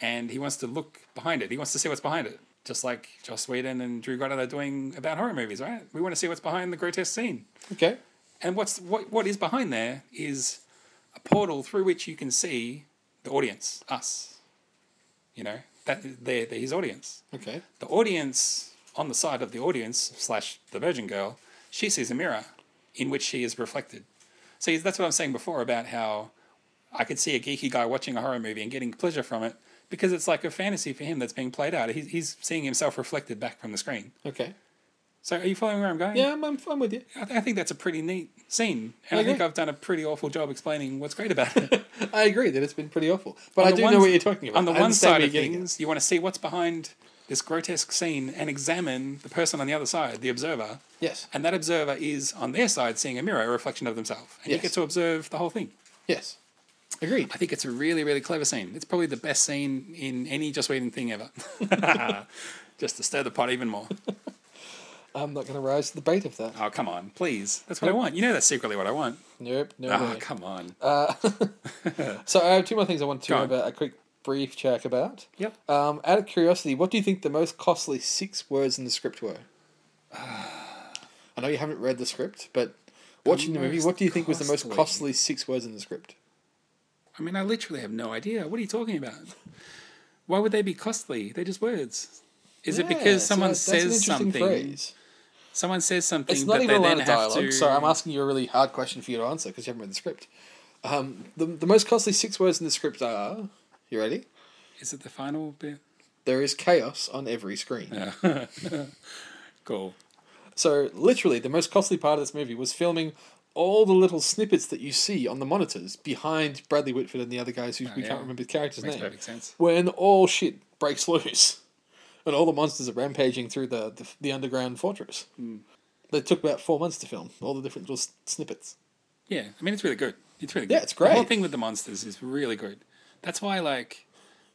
[SPEAKER 6] And he wants to look behind it. He wants to see what's behind it. Just like Joss Whedon and Drew Goddard are doing about horror movies, right? We want to see what's behind the grotesque scene.
[SPEAKER 5] Okay.
[SPEAKER 6] And what's what, what is behind there is a portal through which you can see the audience, us. You know, that they're, they're his audience
[SPEAKER 5] Okay.
[SPEAKER 6] the audience on the side of the audience slash the virgin girl she sees a mirror in which she is reflected see that's what i'm saying before about how i could see a geeky guy watching a horror movie and getting pleasure from it because it's like a fantasy for him that's being played out he's, he's seeing himself reflected back from the screen
[SPEAKER 5] Okay.
[SPEAKER 6] so are you following where i'm going
[SPEAKER 5] Yeah, I'm, I'm, I'm with you.
[SPEAKER 6] i, th- I think that's a pretty neat scene and i,
[SPEAKER 5] agree.
[SPEAKER 6] think i've done a pretty awful job explaining what's great about it
[SPEAKER 5] I agree that it's been pretty awful, but I
[SPEAKER 6] the
[SPEAKER 5] do
[SPEAKER 6] one-
[SPEAKER 5] know what you're talking about.
[SPEAKER 6] On the
[SPEAKER 5] I
[SPEAKER 6] one
[SPEAKER 5] understand
[SPEAKER 6] side
[SPEAKER 5] where
[SPEAKER 6] of
[SPEAKER 5] you're getting at.
[SPEAKER 6] things, you want to see what's behind this grotesque scene and examine the person on the other side, the observer.
[SPEAKER 5] Yes.
[SPEAKER 6] And that observer is on their side seeing a mirror, a reflection of themselves. And you
[SPEAKER 5] Yes.
[SPEAKER 6] get to observe the whole thing.
[SPEAKER 5] Yes. Agreed.
[SPEAKER 6] I think it's a really, really clever scene. It's probably the best scene in any Just Waiting thing ever. Just to stir the pot even more.
[SPEAKER 5] I'm not going to rise to the bait of that.
[SPEAKER 6] Oh, come on, please. That's what I want. You know that's secretly what I want.
[SPEAKER 5] Nope. No
[SPEAKER 6] Ah,
[SPEAKER 5] way.
[SPEAKER 6] come on.
[SPEAKER 5] So I have two more things I want to
[SPEAKER 6] Go on.
[SPEAKER 5] have a, a quick brief check about.
[SPEAKER 6] Yep.
[SPEAKER 5] Um, out of curiosity, what do you think the most costly six words in the script were? I know you haven't read the script, but watching the, movie,
[SPEAKER 6] most
[SPEAKER 5] what do you think was the most
[SPEAKER 6] costly.
[SPEAKER 5] costly six words in the script?
[SPEAKER 6] I mean, I literally have no idea. What are you talking about? Why would they be costly? They're just words. Is it
[SPEAKER 5] Yeah,
[SPEAKER 6] because
[SPEAKER 5] so
[SPEAKER 6] someone
[SPEAKER 5] that's an
[SPEAKER 6] says
[SPEAKER 5] interesting
[SPEAKER 6] something?
[SPEAKER 5] phrase.
[SPEAKER 6] Someone says something,
[SPEAKER 5] It's
[SPEAKER 6] but
[SPEAKER 5] not even a
[SPEAKER 6] they
[SPEAKER 5] line
[SPEAKER 6] then
[SPEAKER 5] of
[SPEAKER 6] have
[SPEAKER 5] dialogue.
[SPEAKER 6] to.
[SPEAKER 5] So I'm asking you a really hard question for you to answer because you haven't read the script. Um, the, the most costly six words in the script are. You ready?
[SPEAKER 6] Is it the final bit?
[SPEAKER 5] There is chaos on every screen.
[SPEAKER 6] Cool.
[SPEAKER 5] So, literally, the most costly part of this movie was filming all the little snippets that you see on the monitors behind Bradley Whitford and the other guys who we
[SPEAKER 6] Oh, yeah.
[SPEAKER 5] can't remember the character's
[SPEAKER 6] Makes
[SPEAKER 5] name.
[SPEAKER 6] perfect sense.
[SPEAKER 5] When all shit breaks loose and all the monsters are rampaging through the, the, the underground fortress.
[SPEAKER 6] Hmm.
[SPEAKER 5] They took about four months to film all the different little s- snippets.
[SPEAKER 6] Yeah, I mean it's really good. It's really good.
[SPEAKER 5] Yeah, it's
[SPEAKER 6] The whole
[SPEAKER 5] great.
[SPEAKER 6] thing with the monsters is really good. That's why like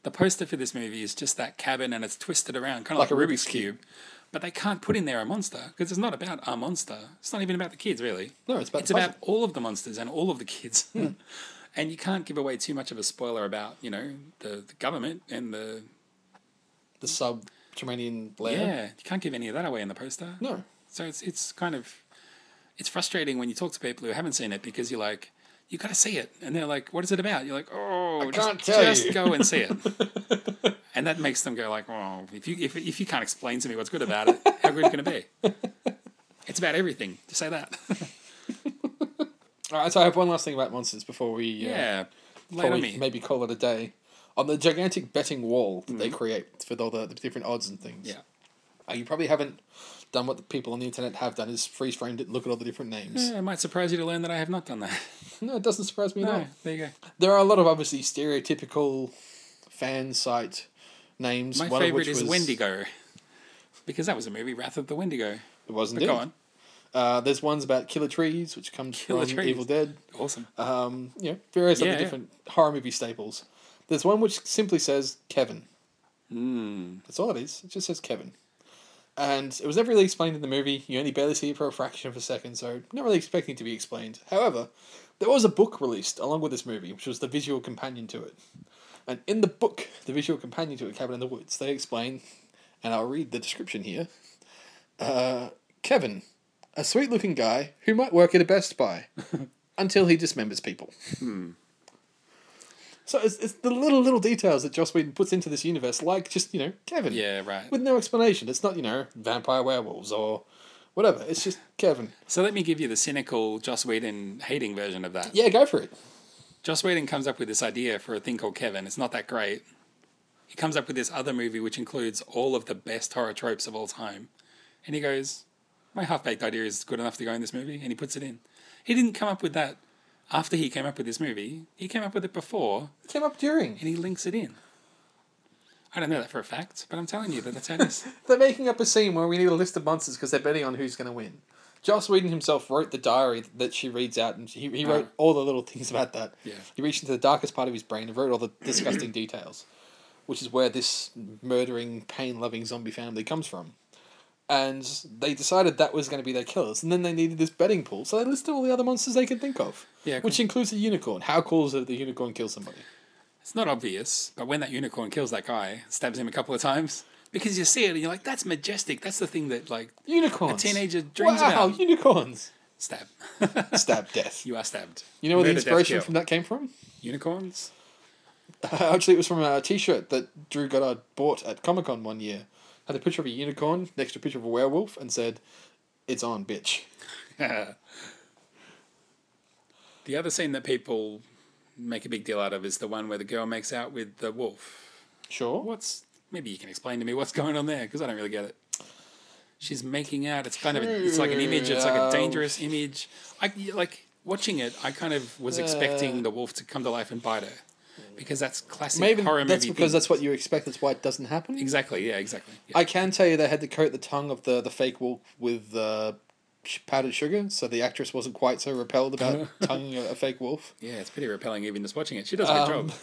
[SPEAKER 6] the poster for this movie is just that cabin and it's twisted around, kind of like, a Rubik's, cube. But they can't put in there a monster because it's not about a monster. It's not even about the kids really.
[SPEAKER 5] No, it's about
[SPEAKER 6] it's
[SPEAKER 5] the
[SPEAKER 6] about
[SPEAKER 5] puzzle. Hmm.
[SPEAKER 6] all of the monsters and all of the kids. and you can't give away too much of a spoiler about you know the, the government and the
[SPEAKER 5] The subterranean
[SPEAKER 6] yeah.
[SPEAKER 5] lair.
[SPEAKER 6] You can't give any of that away in the poster.
[SPEAKER 5] No.
[SPEAKER 6] So it's it's kind of it's frustrating when you talk to people who haven't seen it because you're like, you got to see it, and they're like, what is it about? You're like, oh, just,
[SPEAKER 5] can't tell
[SPEAKER 6] just
[SPEAKER 5] you."
[SPEAKER 6] go and see it, and that makes them go like, oh, if you if, if you can't explain to me what's good about it, how good can it be? It's about everything. Just say that.
[SPEAKER 5] All right, so I have one last thing about monsters before we uh,
[SPEAKER 6] yeah. Lay
[SPEAKER 5] before
[SPEAKER 6] it on
[SPEAKER 5] we
[SPEAKER 6] me.
[SPEAKER 5] maybe call it a day. On the gigantic betting wall that they create with all the, the different odds and things.
[SPEAKER 6] Hmm. Yeah.
[SPEAKER 5] Uh, you probably haven't done what the people on the internet have done is freeze framed it and look at all the different names.
[SPEAKER 6] Yeah, It might surprise you to learn that I have not done that.
[SPEAKER 5] No, it doesn't surprise me at
[SPEAKER 6] Hmm. No,
[SPEAKER 5] all.
[SPEAKER 6] there you go.
[SPEAKER 5] There are a lot of obviously stereotypical fan site names.
[SPEAKER 6] My
[SPEAKER 5] one of
[SPEAKER 6] favorite
[SPEAKER 5] which
[SPEAKER 6] is
[SPEAKER 5] was,
[SPEAKER 6] Wendigo, because that was a movie, Wrath of the Wendigo.
[SPEAKER 5] It wasn't
[SPEAKER 6] But
[SPEAKER 5] it.
[SPEAKER 6] go on,
[SPEAKER 5] Uh, there's ones about killer trees, which comes
[SPEAKER 6] Killer
[SPEAKER 5] from
[SPEAKER 6] trees.
[SPEAKER 5] Evil Dead.
[SPEAKER 6] awesome.
[SPEAKER 5] Um, you know, various
[SPEAKER 6] Yeah,
[SPEAKER 5] other
[SPEAKER 6] yeah.
[SPEAKER 5] different horror movie staples. There's one which simply says Kevin.
[SPEAKER 6] Hmm.
[SPEAKER 5] That's all it is. It just says Kevin. And it was never really explained in the movie. You only barely see it for a fraction of a second, so not really expecting it to be explained. However, there was a book released along with this movie, which was the visual companion to it. And in the book, the visual companion to A Cabin in the Woods, they explain, and I'll read the description here uh, Kevin, a sweet looking guy who might work at a Best Buy until he dismembers people.
[SPEAKER 6] Hmm.
[SPEAKER 5] So it's, it's the little, little details that Joss Whedon puts into this universe, like just, you know, Kevin
[SPEAKER 6] yeah, right.
[SPEAKER 5] with no explanation. It's not, you know, vampire werewolves or whatever. It's just Kevin.
[SPEAKER 6] So let me give you the cynical Joss Whedon hating version of that.
[SPEAKER 5] Yeah, go for it.
[SPEAKER 6] Joss Whedon comes up with this idea for a thing called Kevin. It's not that great. He comes up with this other movie which includes all of the best horror tropes of all time. And he goes, My half baked idea is good enough to go in this movie. And he puts it in. He didn't come up with that after he came up with this movie, he came up with it before
[SPEAKER 5] It came up during.
[SPEAKER 6] and he links it in. I don't know that for a fact, but I'm telling you that that's how it is.
[SPEAKER 5] They're making up a scene where we need a list of monsters because they're betting on who's going to win. Joss Whedon himself wrote the diary that she reads out, and he, he wrote all the little things about that.
[SPEAKER 6] Ah. Yeah.
[SPEAKER 5] He reached into the darkest part of his brain and wrote all the disgusting details, which is where this murdering, pain loving zombie family comes from. And they decided that was going to be their killers, and then they needed this betting pool, so they listed all the other monsters they could think of.
[SPEAKER 6] Yeah,
[SPEAKER 5] Which includes a unicorn. How cool is it that the unicorn kills somebody?
[SPEAKER 6] It's not obvious, but when that unicorn kills that guy, stabs him a couple of times, because you see it and you're like, that's majestic. That's the thing that, like,
[SPEAKER 5] Unicorns.
[SPEAKER 6] A teenager dreams
[SPEAKER 5] wow,
[SPEAKER 6] about.
[SPEAKER 5] unicorns.
[SPEAKER 6] stab.
[SPEAKER 5] Stab death.
[SPEAKER 6] you are stabbed.
[SPEAKER 5] You know where
[SPEAKER 6] Murder,
[SPEAKER 5] the
[SPEAKER 6] death,
[SPEAKER 5] inspiration
[SPEAKER 6] kill.
[SPEAKER 5] from that came from?
[SPEAKER 6] Unicorns?
[SPEAKER 5] Actually, it was from a T-shirt that Drew Goddard bought at Comic Con one year. Had a picture of a unicorn next to a picture of a werewolf, and said, "It's on, bitch."
[SPEAKER 6] The other scene that people make a big deal out of is the one where the girl makes out with the wolf.
[SPEAKER 5] Sure.
[SPEAKER 6] What's maybe you can explain to me what's going on there because I don't really get it. She's making out. It's kind of it's like an image. It's like a dangerous image. I like watching it. I kind of was expecting the wolf to come to life and bite her because that's classic
[SPEAKER 5] Maybe
[SPEAKER 6] horror
[SPEAKER 5] that's
[SPEAKER 6] movie.
[SPEAKER 5] because
[SPEAKER 6] thing.
[SPEAKER 5] that's what you expect. That's why it doesn't happen.
[SPEAKER 6] exactly yeah exactly. Yeah.
[SPEAKER 5] I can tell you they had to coat the tongue of the the fake wolf with uh, sh- powdered sugar, so the actress wasn't quite so repelled about tonguing a, a fake wolf.
[SPEAKER 6] yeah, it's pretty repelling even just watching it. She does a good
[SPEAKER 5] Um,
[SPEAKER 6] job.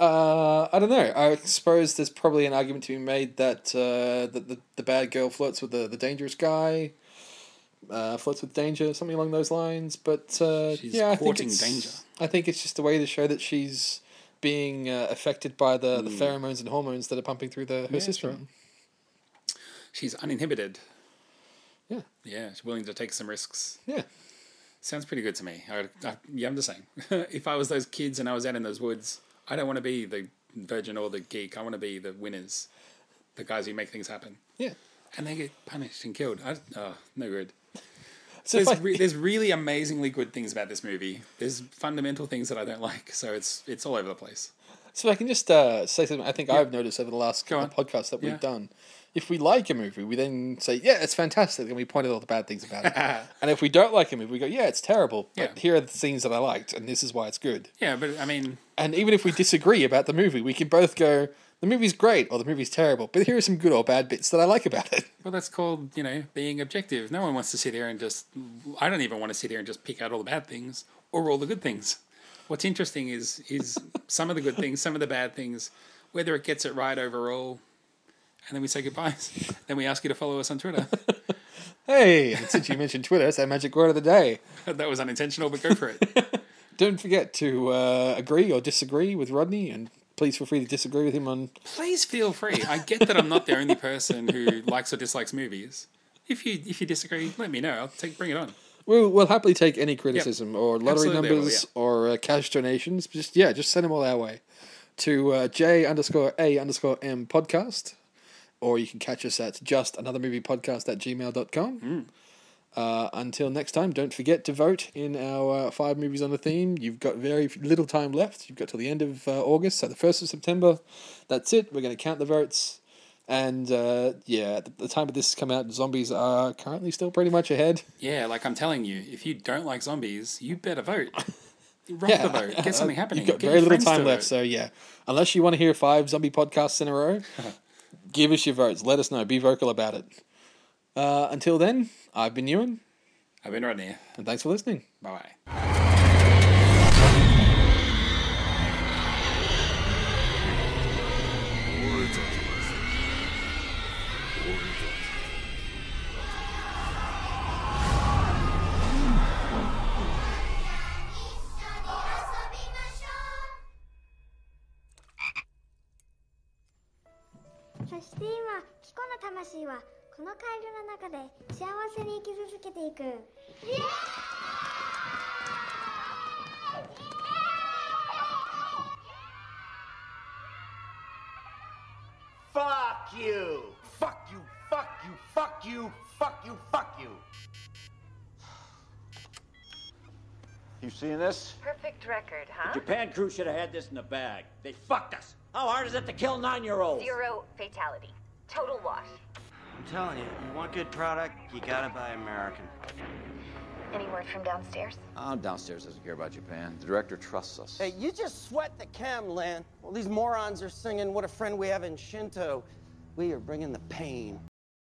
[SPEAKER 5] Uh, I don't know. I suppose there's probably an argument to be made that uh, that the, the bad girl flirts with the, the dangerous guy, uh, flirts with danger, something along those lines. But uh,
[SPEAKER 6] She's
[SPEAKER 5] yeah, I think
[SPEAKER 6] courting
[SPEAKER 5] it's,
[SPEAKER 6] danger.
[SPEAKER 5] I think it's just a way to show that she's being uh, affected by the,
[SPEAKER 6] Hmm.
[SPEAKER 5] the pheromones and hormones that are pumping through the her system.
[SPEAKER 6] She's uninhibited.
[SPEAKER 5] Yeah.
[SPEAKER 6] Yeah, she's willing to take some risks.
[SPEAKER 5] Yeah,
[SPEAKER 6] Sounds pretty good to me. I, I, yeah, I'm just saying. if I was those kids and I was out in those woods, I don't want to be the virgin or the geek. I want to be the winners, the guys who make things happen.
[SPEAKER 5] yeah.
[SPEAKER 6] And they get punished and killed. I, oh, no good.
[SPEAKER 5] So
[SPEAKER 6] There's,
[SPEAKER 5] if I-
[SPEAKER 6] re- there's really amazingly good things about this movie. There's fundamental things that I don't like, so it's it's all over the place.
[SPEAKER 5] So if I can just uh, say something I think I've noticed over the last
[SPEAKER 6] Go
[SPEAKER 5] couple of
[SPEAKER 6] on.
[SPEAKER 5] podcasts that
[SPEAKER 6] Yeah.
[SPEAKER 5] we've done. If we like a movie, we then say, yeah, it's fantastic, and we point out all the bad things about it. and if we don't like a movie, we go, yeah, it's terrible, but
[SPEAKER 6] Yeah.
[SPEAKER 5] here are the scenes that I liked, and this is why it's good.
[SPEAKER 6] Yeah, but I mean,
[SPEAKER 5] And even if we disagree about the movie, we can both go, the movie's great or the movie's terrible, but here are some good or bad bits that I like about it.
[SPEAKER 6] well, that's called you know being objective. No one wants to sit there and just. I don't even want to sit there and just pick out all the bad things or all the good things. What's interesting is is some of the good things, some of the bad things, whether it gets it right overall, and then we say goodbyes. then we ask you to follow us on Twitter.
[SPEAKER 5] Hey, and since you mentioned Twitter, it's our magic word of the day.
[SPEAKER 6] that was unintentional, but go for it.
[SPEAKER 5] Don't forget to uh, agree or disagree with Rodney, and please feel free to disagree with him on.
[SPEAKER 6] please feel free. I get that I'm not the only person who likes or dislikes movies. If you if you disagree, let me know. I'll take bring it on.
[SPEAKER 5] We'll, we'll happily take any criticism or lottery
[SPEAKER 6] Absolutely, I will,
[SPEAKER 5] numbers or uh, cash donations. Just yeah, just send them all our way to uh, J underscore A underscore M podcast, or you can catch us at just another movie podcast at gmail.com.
[SPEAKER 6] Hmm.
[SPEAKER 5] Uh, until next time, don't forget to vote in our uh, five movies on the theme. You've got very little time left. You've got till the end of uh, August, so the 1st of September. That's it. We're going to count the votes. And uh, yeah, at the- the time of this come out, zombies are currently still pretty much ahead.
[SPEAKER 6] Yeah, like I'm telling you, if you don't like zombies, you better vote. Rock
[SPEAKER 5] Yeah.
[SPEAKER 6] the vote. Get something happening.
[SPEAKER 5] You've got
[SPEAKER 6] Get your
[SPEAKER 5] very little
[SPEAKER 6] friends to
[SPEAKER 5] time left,
[SPEAKER 6] vote.
[SPEAKER 5] so yeah. Unless you want to hear five zombie podcasts in a row, give us your votes. Let us know. Be vocal about it. Uh, until then, I've been Ewan,
[SPEAKER 6] I've been Rodney.
[SPEAKER 5] and thanks for listening.
[SPEAKER 6] Bye bye.
[SPEAKER 10] そして今キコの魂はこのカエルの中で幸せに生き続けていく
[SPEAKER 2] Perfect record, huh?
[SPEAKER 4] Japan crew should have had this in the bag. They fucked us. How hard is it to kill nine-year-olds?
[SPEAKER 2] Zero fatality. Total loss.
[SPEAKER 3] I'm telling you, you want good product, you gotta buy American.
[SPEAKER 2] Any word from downstairs?
[SPEAKER 4] I'm downstairs doesn't care about Japan. The director trusts us.
[SPEAKER 3] Hey, you just sweat the chem, Lynn. Well, these morons are singing What a Friend We Have in Shinto. We are bringing the pain.